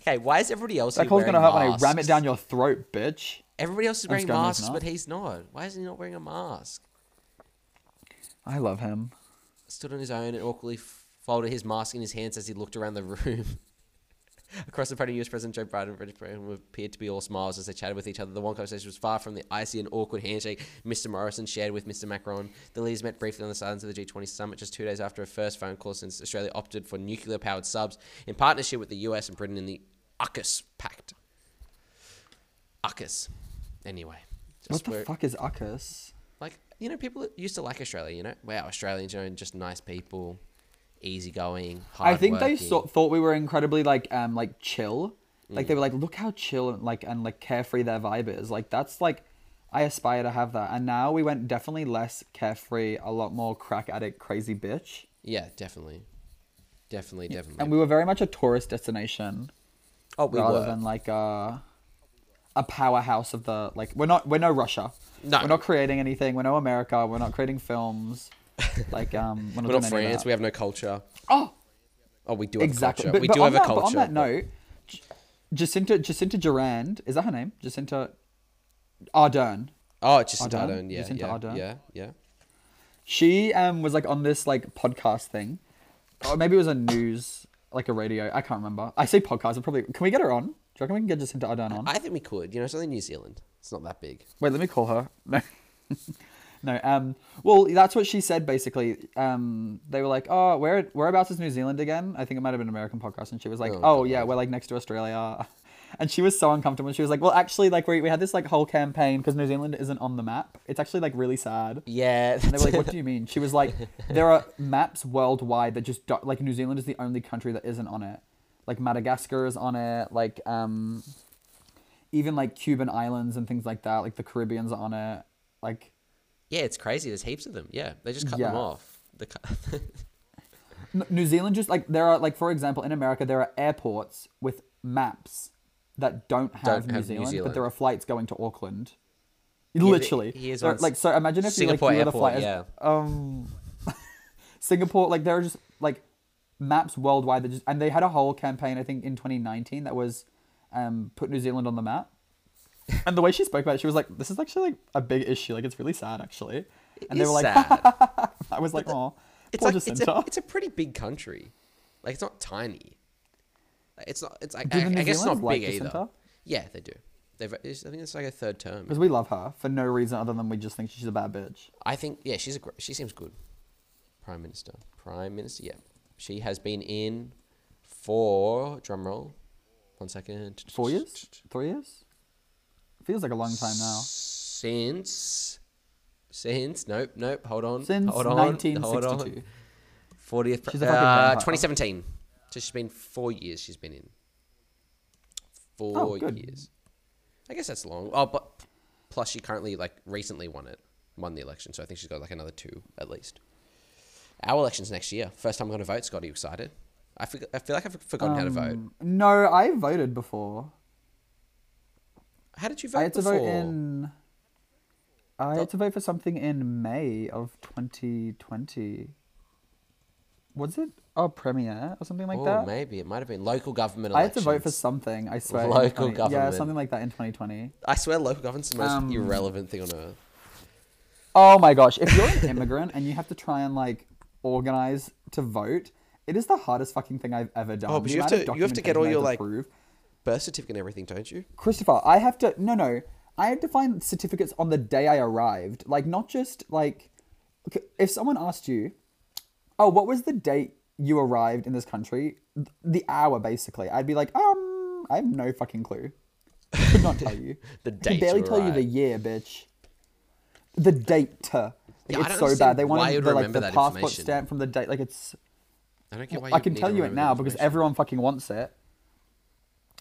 Okay, why is everybody else that here coal's wearing gonna hurt when I masks? ram it down your throat, bitch." Everybody else is wearing Scomo's masks, not. but he's not. Why is he not wearing a mask? I love him. Stood on his own and awkwardly folded his mask in his hands as he looked around the room. Across the podium, US President Joe Biden and British President appeared to be all smiles as they chatted with each other. The one conversation was far from the icy and awkward handshake Mr. Morrison shared with Mr. Macron. The leaders met briefly on the silence of the G20 summit just two days after a first phone call since Australia opted for nuclear powered subs in partnership with the US and Britain in the AUKUS Pact. AUKUS. Anyway. What just the we're- fuck is Uckus? like you know people used to like australia you know wow australians are just nice people easygoing hard I think they so- thought we were incredibly like um like chill. Like Mm. they were like, look how chill and like and like carefree their vibe is. Like that's like I aspire to have that. And now we went definitely less carefree, a lot more crack addict, crazy bitch. yeah definitely definitely definitely And we were very much a tourist destination oh we rather were than like a a powerhouse of the like we're not we're no Russia. No. We're not creating anything. We're no America. We're not creating films. Like um we're not, we're not doing any of france that. we have no culture Oh, oh we do have Exactly. a culture But, we but do on have a that, culture But on that but- note, J- Jacinta Jacinta Durand is that her name? Jacinta Ardern. oh it's just Ardern? Ardern, yeah Jacinta yeah, Ardern? yeah yeah She um was like on this like podcast thing, or maybe it was a news like a radio. I can't remember. I say podcast. I probably can we get her on? Do you reckon we can get Jacinta Ardern on? i think we could you know it's only new zealand it's not that big Wait, let me call her. No. no. Um. Well, that's what she said basically. Um. They were like, "Oh, where whereabouts is New Zealand again?" I think it might have been an American podcast, and she was like, Oh, "Oh, yeah, we're like next to Australia." And she was so uncomfortable. She was like, "Well, actually, like we, we had this like whole campaign because New Zealand isn't on the map. It's actually like really sad." yeah And they were like, "What do you mean?" She was like, "There are maps worldwide that just do- like New Zealand is the only country that isn't on it. Like Madagascar is on it. Like um, even like Cuban islands and things like that. Like the Caribbean's on it. Like yeah it's crazy there's heaps of them yeah they just cut Yeah. them off the cu- N- New Zealand just like there are like for example in America there are airports with maps that don't have, Don't New, have New Zealand, but Zealand. there are flights going to Auckland. but Literally, here's There- one- like so. Imagine if Singapore you, like, you were airport, the flight, yeah. um, Singapore. Like there are just like maps worldwide that just and they had a whole campaign I think in 2019 that was um put New Zealand on the map. And the way she spoke about it, she was like, "This is actually like a big issue. Like it's really sad, actually." And they It's were like, sad. "I was like, oh, it's poor like it's Jacinta." a, it's a pretty big country. Like it's not tiny. Like, It's not. It's like Do I, the New I guess it's not Zealanders like big either. Jacinta? Yeah, they do. They've. It's, I think it's like a third term. Because we love her for no reason other than we just think she's a bad bitch. I think yeah, she's a. gr- She seems good. Prime minister. Prime minister. Yeah, she has been in for drum roll. One second. Four years? Three years? feels like a long time now. Since, since, nope, nope. Hold on. Since hold on, 1962. 40th. She's a fucking uh, vampire. 2017. So she's been four years. She's been in. Four Oh, good. years. I guess that's long. Oh, but plus she currently like recently won it, won the election. So I think she's got like another two at least. Our election's next year. First time I'm going to vote. Scott, are you excited? I, forg- I feel like I've forgotten how to vote. Um, No, I voted before. How did you vote I had to before? vote in. I had to vote for something in May of 2020. Was it a premiere or something like oh, that? maybe it might have been local government. I had to vote for elections. something. I swear. in Local 20 Yeah, government. something like that in 2020. I swear, local government's the most Um, irrelevant thing on earth. Oh my gosh! If you're an immigrant and you have to try and like organize to vote, it is the hardest fucking thing I've ever done. Oh, but The you have amount of to- you have to get documentation all I your, to like- prove. Birth certificate and everything, don't you? Christopher, I have to no no. I had to find certificates on the day I arrived. Like not just like okay, if someone asked you, "Oh, what was the date you arrived in this country?" Th- The hour basically. I'd be like, "Um, I have no fucking clue." Could not tell you. The I date could barely you tell you the arrived. year, bitch. The date. Like, Yeah, I don't it's so understand bad. They why you'd wanted the, like remember the that passport information. stamp from the date. Like it's I don't get why. I you'd can need tell to you it remember that now because information. everyone fucking wants it.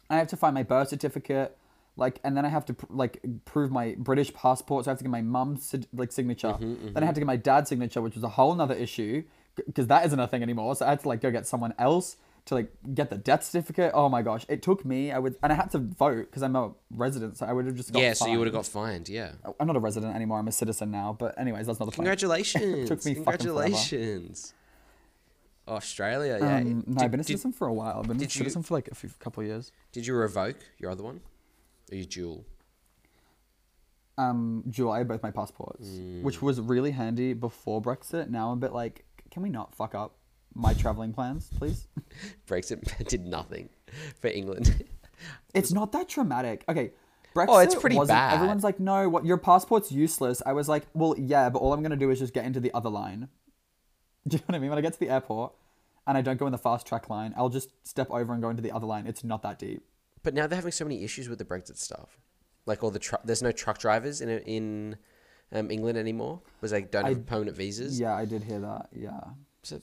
I have to find my birth certificate, like, and then I have to pr- like prove my British passport. So I have to get my mum's sig- like signature. Mm-hmm, Then I have to get my dad's signature, which was a whole nother issue because that isn't a thing anymore. So I had to like go get someone else to like get the death certificate. Oh my gosh, it took me. I would and I had to vote because I'm a resident, so I would have just got Yeah, so you would have fined. Oh, got fined. Yeah. I'm not a resident anymore. I'm a citizen now. But anyways, that's not the point. Congratulations! Took me fucking forever. Congratulations. Australia, yeah. Um, no, I've been a citizen for a while. I've been a did you- citizen for like a few couple of years. did you revoke your other one? Or your dual? um July both my passports, Mm. which was really handy before Brexit. Now I'm a bit like, can we not fuck up my traveling plans, please? Brexit did nothing for England. It's not that traumatic. Okay. Brexit Oh, it's pretty wasn't- bad. Everyone's like, no, what your passport's useless. I was like, well, yeah, but all I'm gonna do is just get into the other line. Do you know what I mean? When I get to the airport and I don't go in the fast track line, I'll just step over and go into the other line. It's not that deep. but now they're having so many issues with the Brexit stuff. Like all the tru- there's no truck drivers in in um, England anymore because they don't have permanent visas. Yeah, I did hear that. Yeah. So,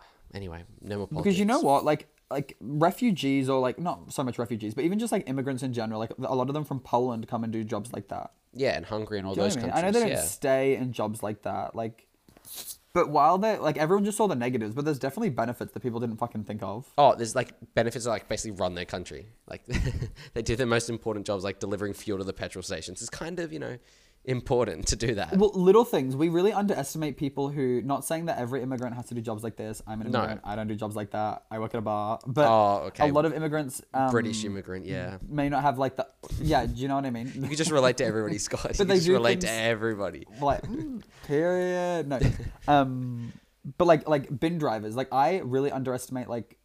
anyway, no more politics. because you know what like like refugees or like not so much refugees but even just like immigrants in general like a lot of them from poland come and do jobs like that Yeah, and Hungary and all do you know those what I, mean? I countries. know they don't yeah. stay in jobs like that like but while they like everyone just saw the negatives but there's definitely benefits that people didn't fucking think of Oh, there's like benefits that like basically run their country. Like they do their most important jobs, like delivering fuel to the petrol stations. It's kind of you know important to do that. well little things we really underestimate people who not saying that every immigrant has to do jobs like this i'm an No. immigrant i don't do jobs like that i work at a bar but Oh, okay. a lot of immigrants um, British immigrant, yeah. may not have like the yeah do you know what i mean You can just relate to everybody, Scott. you can they just do relate to things- everybody. like mm, period no um but like like bin drivers like i really underestimate like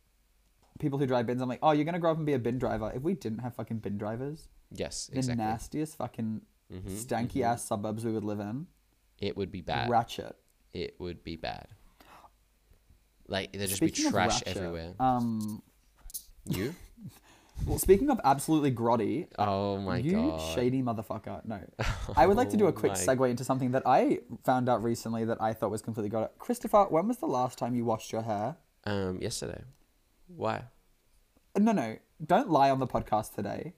people who drive bins i'm like oh you're gonna grow up and be a bin driver if we didn't have fucking bin drivers Yes, the exactly. nastiest fucking Mm-hmm, stanky ass suburbs we would live in It would be bad. ratchet It would be bad. Like there'd just Speaking be of trash ratchet, everywhere. um you? well, speaking of absolutely grotty Oh my you god. Oh shady motherfucker. No. I would like to do a quick my- segue into something that I found out recently that I thought was completely grotty. Christopher, when was the last time you washed your hair? Um, yesterday. Why? No, no. Don't lie on the podcast today.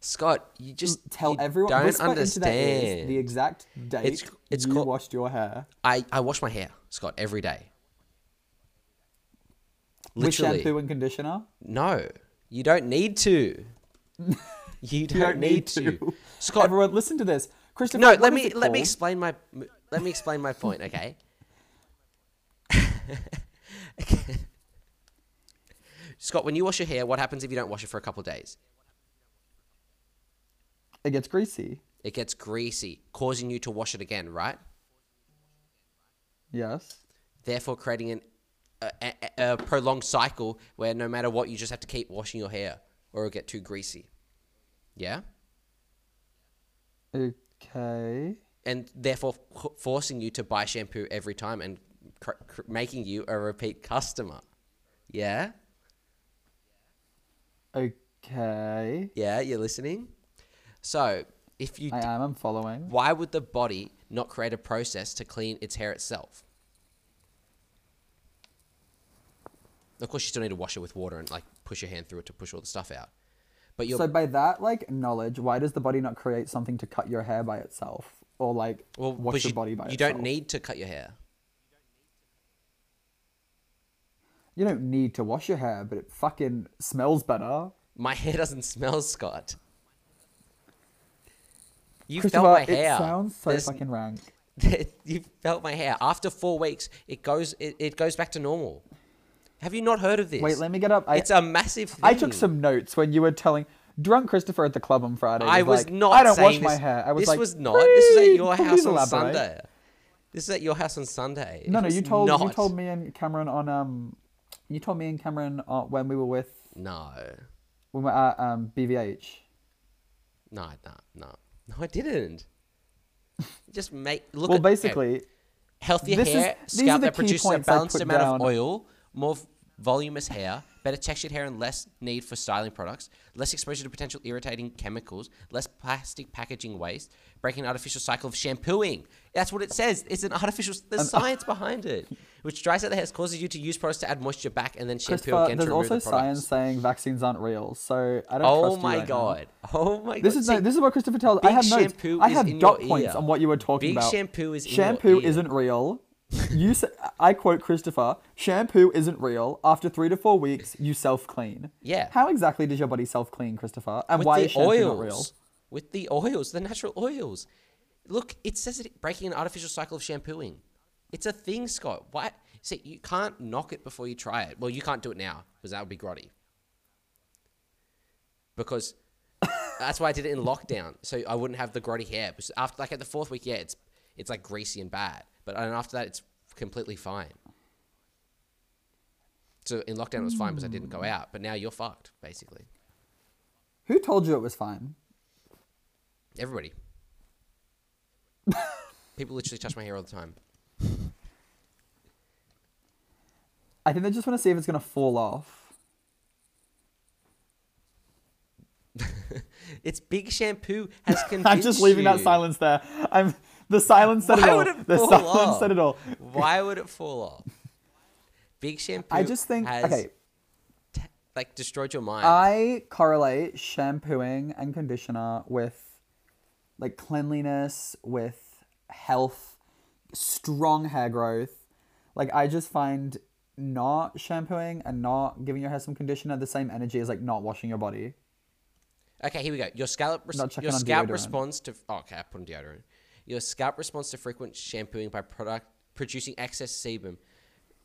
Scott, you just Tell you everyone. Don't whisper into their ears understand. the exact date It's- it's you called- washed your hair. I, I wash my hair, Scott, every day. With Literally. shampoo and conditioner. No, you don't need to. You don't, need, to. Scott, Everyone, listen to this. Christopher, no, what let is me it let me called? explain my let me explain my point, okay? Scott, when you wash your hair, what happens if you don't wash it for a couple of days? It gets greasy. It gets greasy, causing you to wash it again, right? Yes. Therefore, creating an, a, a, a prolonged cycle where no matter what, you just have to keep washing your hair or it'll get too greasy. Yeah? Okay. and therefore f- forcing you to buy shampoo every time and cr- cr- making you a repeat customer. Yeah, Okay. yeah, you're listening. So if you, I d- am. I'm following. why would the body not create a process to clean its hair itself? Of course, you still need to wash it with water and like push your hand through it to push all the stuff out. But you're So by that like knowledge, why does the body not create something to cut your hair by itself, or like well, wash but your you, body by you itself? don't need to cut your hair. You don't need to wash your hair, but it fucking smells better. My hair doesn't smell, Scott. You felt Christopher, my it hair. sounds so There's- fucking rank. you felt my hair. After four weeks, it goes it, it goes back to normal. Have you not heard of this? Wait, let me get up. I, it's a massive. Thing. I took some notes when you were telling drunk Christopher at the club on Friday. I was like, not. I don't wash saying my this- hair. I was this like, was not. This was at "Please, your please house on elaborate." Sunday. This is at your house on Sunday. No, It no, was you told you not. told me and Cameron on um, you told me and Cameron uh, when we were with No, when we were at um BVH. no, no, no, no. I didn't. Just make look. well, at- basically, healthier This is- hair, these are scalp the that key produces a points I balanced put amount down. of oil, more v- voluminous hair, better textured hair and less need for styling products, less exposure to potential irritating chemicals, less plastic packaging waste, breaking an artificial cycle of shampooing. That's what it says. It's an artificial. There's uh, science behind it, which dries out the hair, causes you to use products to add moisture back, and then shampoo Christopher, again to there's remove also the products. science saying vaccines aren't real, so I don't. Oh trust you my right now. god! Oh my god! This is See, no, this is what Christopher tells. I big have notes. shampoo I is have in dot your points ear. on what you were talking Big about. shampoo is in your shampoo ear. isn't real. You sa- I quote Christopher. Shampoo isn't real. After three to four weeks, you self clean. Yeah. How exactly does your body self clean, Christopher? And why is shampoo not real? With the oils, the natural oils. Look, it says it breaking an artificial cycle of shampooing. It's a thing, Scott. Why? See, you can't knock it before you try it. Well, you can't do it now because that would be grotty. Because that's why I did it in lockdown, so I wouldn't have the grotty hair. Because after, like at the fourth week, yeah, it's it's like greasy and bad, but and after that, it's completely fine. So in lockdown, it was fine because I didn't go out. But now you're fucked, basically. Who told you it was fine? Everybody. People literally touch my hair all the time. I think they just want to see if it's gonna fall off. It's big shampoo has convinced I'm just leaving that you. silence there. I'm the silence said it Why all. would it the fall silence off? said it all. Why would it fall off? Big shampoo. I just think has, okay. t- like destroyed your mind. I correlate shampooing and conditioner with like cleanliness, with health, strong hair growth. Like I just find not shampooing and not giving your hair some conditioner the same energy as like not washing your body. okay, here we go. Your scalp. Res- Not checking your on scalp deodorant. responds to. Oh, okay, I put on deodorant. Your scalp responds to frequent shampooing by product producing excess sebum,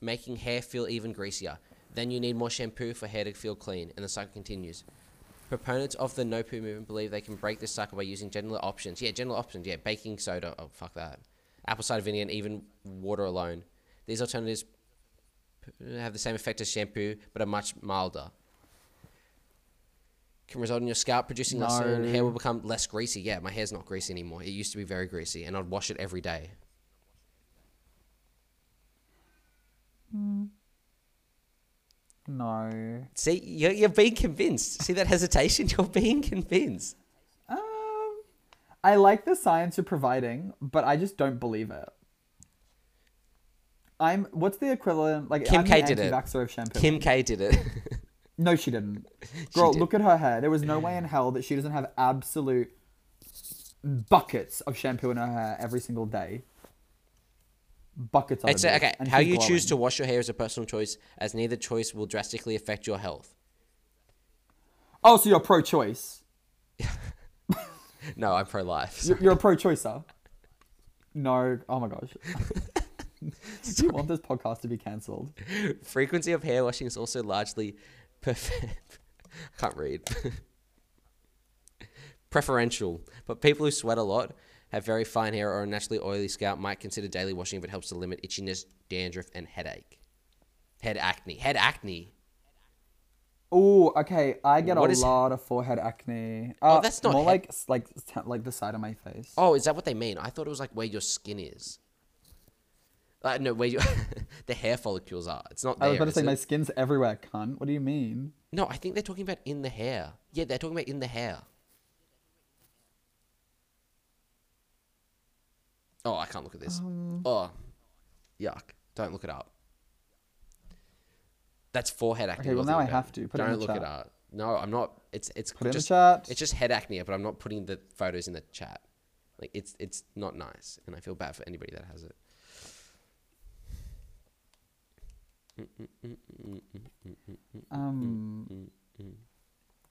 making hair feel even greasier. Then you need more shampoo for hair to feel clean, and the cycle continues. Proponents of the no poo movement believe they can break this cycle by using gentler options. Yeah, gentler options. Yeah, baking soda. Oh, fuck that. Apple cider vinegar and even water alone. These alternatives p- have the same effect as shampoo, but are much milder. Can result in your scalp producing less oil and hair will become less greasy. Yeah, my hair's not greasy anymore. It used to be very greasy, and I'd wash it every day. No. See, you're, you're being convinced. See that hesitation? You're being convinced. Um I like the science you're providing, but I just don't believe it. I'm what's the equivalent like Kim I'm K the did it. anti-vaxxer of shampoo. Kim K did it. No, she didn't. Girl, did. look at her hair. There was no way in hell that she doesn't have absolute buckets of shampoo in her hair every single day. Buckets of it's uh, it. okay. and How she's you choose to glowing. wash your hair is a personal choice, as neither choice will drastically affect your health. Oh, so you're pro choice. No, I'm pro-life. so- You're, you're a pro choicer. No. Oh my gosh. Do you want this podcast to be cancelled? Frequency of hair washing is also largely perfect. I can't read. Preferential, but people who sweat a lot, have very fine hair, or a naturally oily scalp might consider daily washing if it helps to limit itchiness, dandruff, and headache. Head acne. Head acne. Oh, okay. I get What a is- lot of forehead acne. Oh, Uh, that's not more head- like like t- like the side of my face. Oh, is that what they mean? I thought it was like where your skin is. Uh, no, where your the hair follicles are. It's not there. I was about to is say it? my skin's everywhere, cunt. What do you mean? No, I think they're talking about in the hair. Yeah, they're talking about in the hair. Oh, I can't look at this. Um. oh, yuck! Don't look it up. That's forehead acne. Okay, well, wasn't now it, I Ben? have to. Put it Don't in the look it chat. up. No, I'm not. It's it's it in the just chat. it's just head acne, but I'm not putting the photos in the chat. Like it's it's not nice, and I feel bad for anybody that has it. Um, Mm,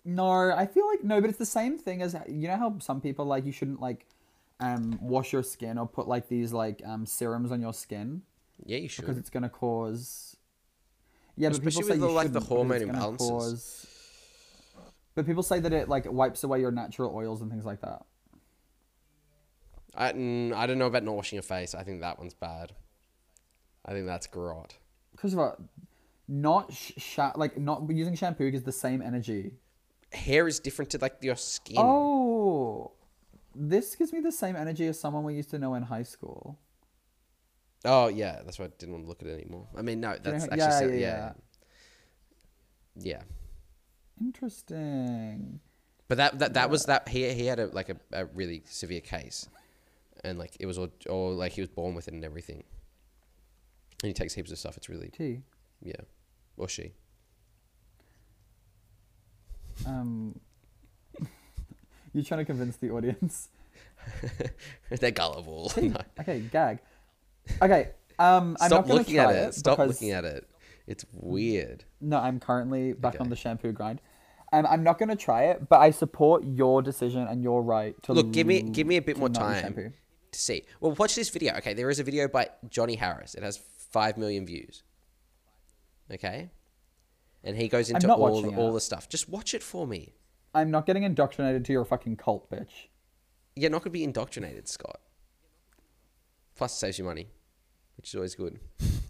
no, I feel like no, but it's the same thing as you know how some people like you shouldn't like um wash your skin or put like these like um serums on your skin Yeah, you because should. it's gonna cause. Yeah, but Especially people with say the, you like, the shouldn't because it's hormone gonna imbalances. Cause... But people say that it like wipes away your natural oils and things like that. I mm, I don't know about not washing your face. I think that one's bad. I think that's grot. Christopher, not sh- sha- like not using shampoo is the same energy. Hair is different to like your skin. Oh, this gives me the same energy as someone we used to know in high school. Oh yeah, that's why I didn't want to look at it anymore. I mean, no, know that's how- actually yeah, yeah, yeah, yeah, yeah. yeah, yeah. Interesting. But that that, that was that he he had a like a, a really severe case, and like it was all or like he was born with it and everything. And he takes heaps of stuff. It's really Tea. yeah, or she. Um, you're trying to convince the audience. They're gullible. Tea. No. Okay, gag. Okay. Um, I'm Stop not gonna looking try at it. Stop because- looking at it. It's weird. No, I'm currently back on Okay. the shampoo grind. Um, I'm not gonna try it, but I support your decision and your right to Look, give me give me a bit to more not time use shampoo. to see. Well, watch this video. Okay, there is a video by Johnny Harris. It has five million views. Okay, and he goes into not all the, watching all it. the stuff. Just watch it for me. I'm not getting indoctrinated to your fucking cult, bitch. You're not gonna be indoctrinated, Scott. Plus, it saves you money, which is always good.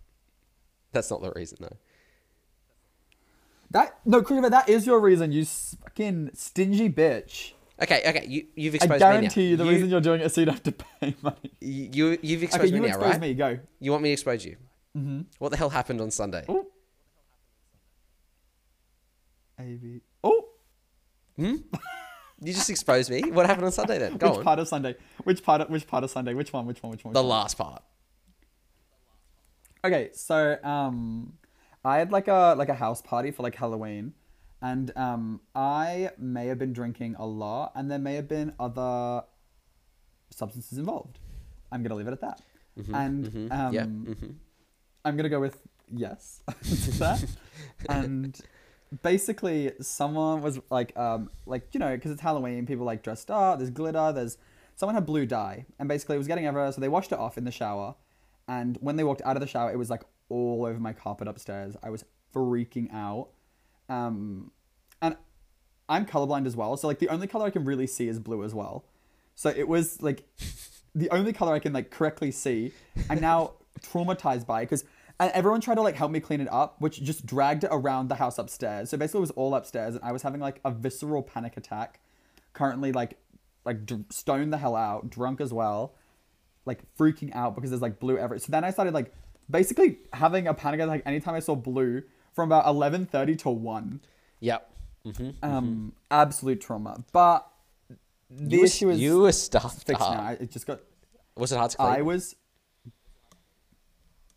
That's not the reason though. That no, Christopher, that is your reason. You s- fucking stingy bitch. Okay, okay, you you've I exposed guarantee me now. you, the reason you're doing it is so you don't have to pay money. you, you you've exposed Okay, you me now, expose right? me. Go. You want me to expose you? Mm-hmm. What the hell happened on Sunday? Oh. A B. Oh. You just exposed me. What happened on Sunday then? Go which on. part of Sunday? Which part? Of, which part of Sunday? Which one? Which one? Which one? The Which one? last part. Okay, so um, I had like a like a house party for like Halloween, and um, I may have been drinking a lot, and there may have been other substances involved. I'm gonna leave it at that, and um, Mm-hmm, yeah. hmm I'm gonna go with yes to that. and basically, someone was like, um, like you know, because it's Halloween, people like dressed up. There's glitter. There's someone had blue dye, and basically it was getting everywhere. So they washed it off in the shower, and when they walked out of the shower, it was like all over my carpet upstairs. I was freaking out. Um, and I'm colorblind as well, so like the only color I can really see is blue as well. So it was like the only color I can like correctly see. I'm now traumatized by because and everyone tried to like help me clean it up, which just dragged it around the house upstairs. So basically, it was all upstairs, and I was having like a visceral panic attack. Currently, like like dr- stoned the hell out, drunk as well, like freaking out because there's like blue everywhere. So then I started like basically having a panic attack anytime I saw blue from about eleven thirty to one Yep. hmm um, absolute trauma. But the you, were, issue is you were stuffed fixed now. up. I- It just got. Was it hard to clean? I was.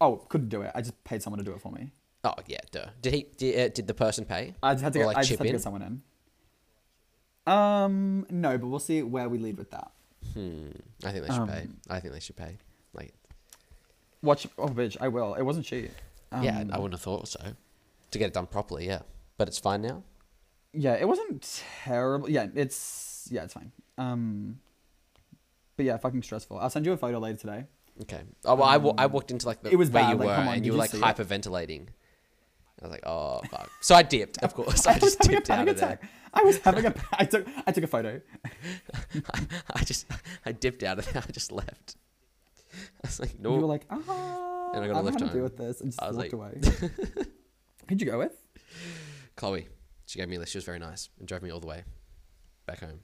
Oh, couldn't do it. I just paid someone to do it for me. oh yeah, duh. Did he? Did, uh, did the person pay? I just had to. Or, Get, like, I just chip had to in? get someone in. Um, no, but we'll see where we lead with that. Hmm. I think they Um, should pay. I think they should pay. Like, Watch. Oh, bitch, I will. It wasn't cheap. Um, yeah, I wouldn't have thought so. To get it done properly, yeah. But it's fine now. Yeah, it wasn't terrible. Yeah, it's yeah, it's fine. Um, but yeah, fucking stressful. I'll send you a photo later today. Okay. Oh well, I wa- I walked into like the Um, it was where bad, you like, were come on, and did you were you like see it? hyperventilating. I was like, oh fuck. So I dipped, of course. I just having a dipped out panic of there. attack. I was having a. I took. I took a photo. I, I just I dipped out of there. I just left. I was like, You were no. like, ah, And I got a don't know lift how to deal home. with this, and just I was like- walked away. Who'd you go with? Chloe, she gave me a lift. She was very nice and drove me all the way back home.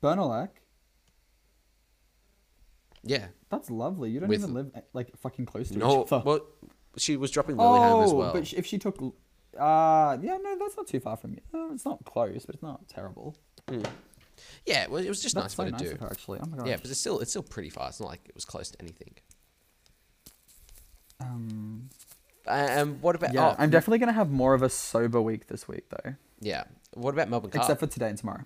Bernalak. Yeah. That's lovely. You don't With- even live eh, like fucking close to No. each other. Well, she was dropping Lily oh, home as well. but sh- if she took, uh, yeah, no, that's not too far from you. Uh, it's not close, but it's not terrible. Mm. Yeah, well, it was just nice That's so way to nice do. of her, actually. Oh my gosh. Yeah, but it's still it's still pretty far. It's not like it was close to anything. um, Um, what about? yeah, oh, I'm definitely gonna have more of a sober week this week though, yeah. What about Melbourne Cup? except for today and tomorrow.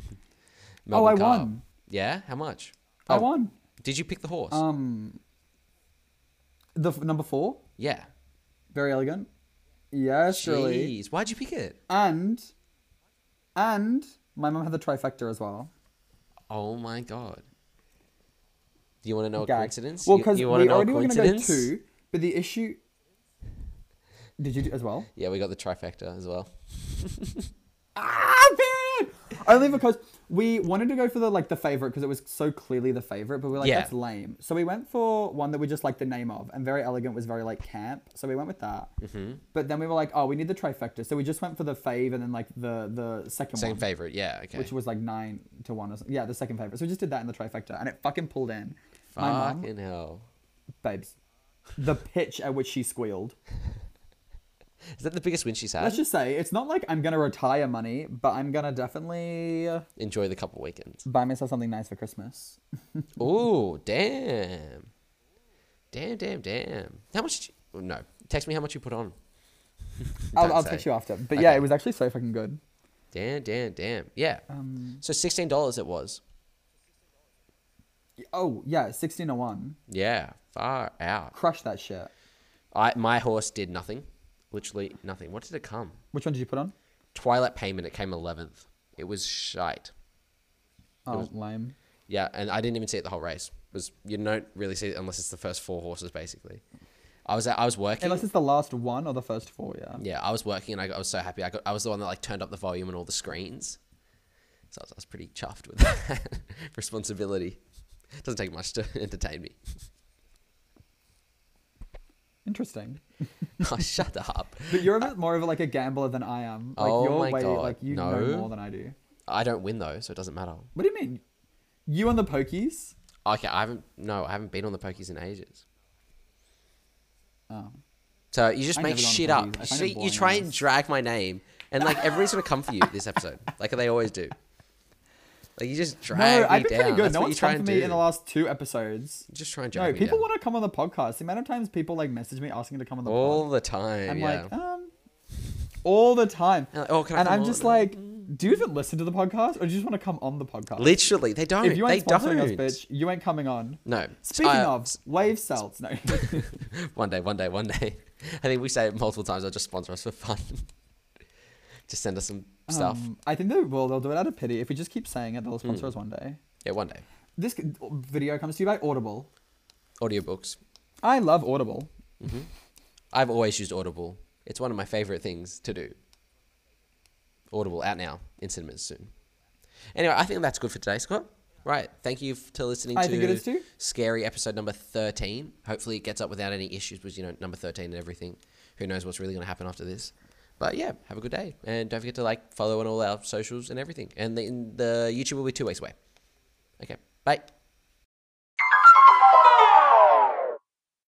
oh, I Melbourne Cup. won. Yeah, how much? I Oh, won. Did you pick the horse? Um, the f- number four, yeah. very elegant. Yeah, surely. Jeez, why'd you pick it? And, and my mum had the trifecta as well. Oh my god. Do you want to know a Gag. coincidence? Well, You- because we you, wanna know a already were gonna go coincidence? two, but the issue. Did you do as well? Yeah, we got the trifecta as well. Ah, period. Only because we wanted to go for the like the favorite because it was so clearly the favorite, but we were like Yeah. that's lame. So we went for one that we just liked the name of, and very elegant was very like camp. So we went with that. Mm-hmm. But then we were like, oh, we need the trifecta, so we just went for the fave and then like the the second Second one, favorite. Yeah, okay. which was like nine to one or something. Yeah, the second favorite. So we just did that in the trifecta, and it fucking pulled in. My mum, Fucking hell. babes, the pitch at which she squealed. Is that the biggest win she's had? Let's just say it's not like I'm gonna retire money, but I'm gonna definitely Enjoy the couple weekends. buy myself something nice for Christmas. Ooh, damn. Damn, damn, damn. How much did you. oh, No. Text me how much you put on. I'll, Don't I'll say. text you after. But yeah, Okay. it was actually so fucking good. Damn, damn, damn. Yeah. Um, So $16 it was. oh yeah, sixteen oh one. Yeah. Far out. Crush that shit. I My horse did nothing. Literally nothing. What did it come? Which one did you put on? Twilight Payment. It came 11th. It was shite. Oh, lame. Yeah, and I didn't even see it the whole race. It was you don't really see it unless it's the first four horses basically. I was I was working. Unless it's the last one or the first four. Yeah. yeah, I was working and I, got, I was so happy. I got I was the one that like turned up the volume and all the screens. So I was, I was pretty chuffed with that responsibility. Doesn't take much to entertain me. Interesting. oh, shut up. But you're a bit more of a, like a gambler than I am. Like Oh you're my way, God, Like you no. know more than I do. I don't win though, so it doesn't matter. What do you mean? You and the pokies? Okay, I haven't no, I haven't been on the pokies in ages. Oh. So you just I've make never gone shit on up. Pokies. I You, find it see- you boring, try and honest. drag my name, and like everybody's gonna come for you this episode, like they always do. Like you just No, drag me I've been down. pretty good. That's no what you one's try come for and me do. in the last two episodes. You just try and drag No, me people down want to come on the podcast. The amount of times people like message me asking to come on the all podcast. the time. I'm yeah. like, um, all the time. And like, oh, can I and come I'm on? just like, do you even listen to the podcast, or do you just want to come on the podcast? literally, they don't. "Oh, if you they ain't don't. sponsoring us, bitch, you ain't coming on. No. Speaking Uh, of wave cells, no. one day, one day, one day. I think we say it multiple times. I'll just sponsor us for fun. just send us some stuff. Hmm. Um, I think they will. They'll do it out of pity. If we just keep saying it, they'll sponsor us one day. yeah, one day. This c- video comes to you by Audible. Audiobooks. I love Audible. I've always used Audible. It's one of my favorite things to do. Audible out now in cinemas soon. Anyway, I think that's good for today, Scott. Right. Thank you f- to listening I to think it is too. scary episode number 13. Hopefully it gets up without any issues because you know number 13 and everything. Who knows what's really going to happen after this. But yeah, have a good day and don't forget to like follow on all our socials and everything. And the, the YouTube will be 2 weeks away. Okay. Bye.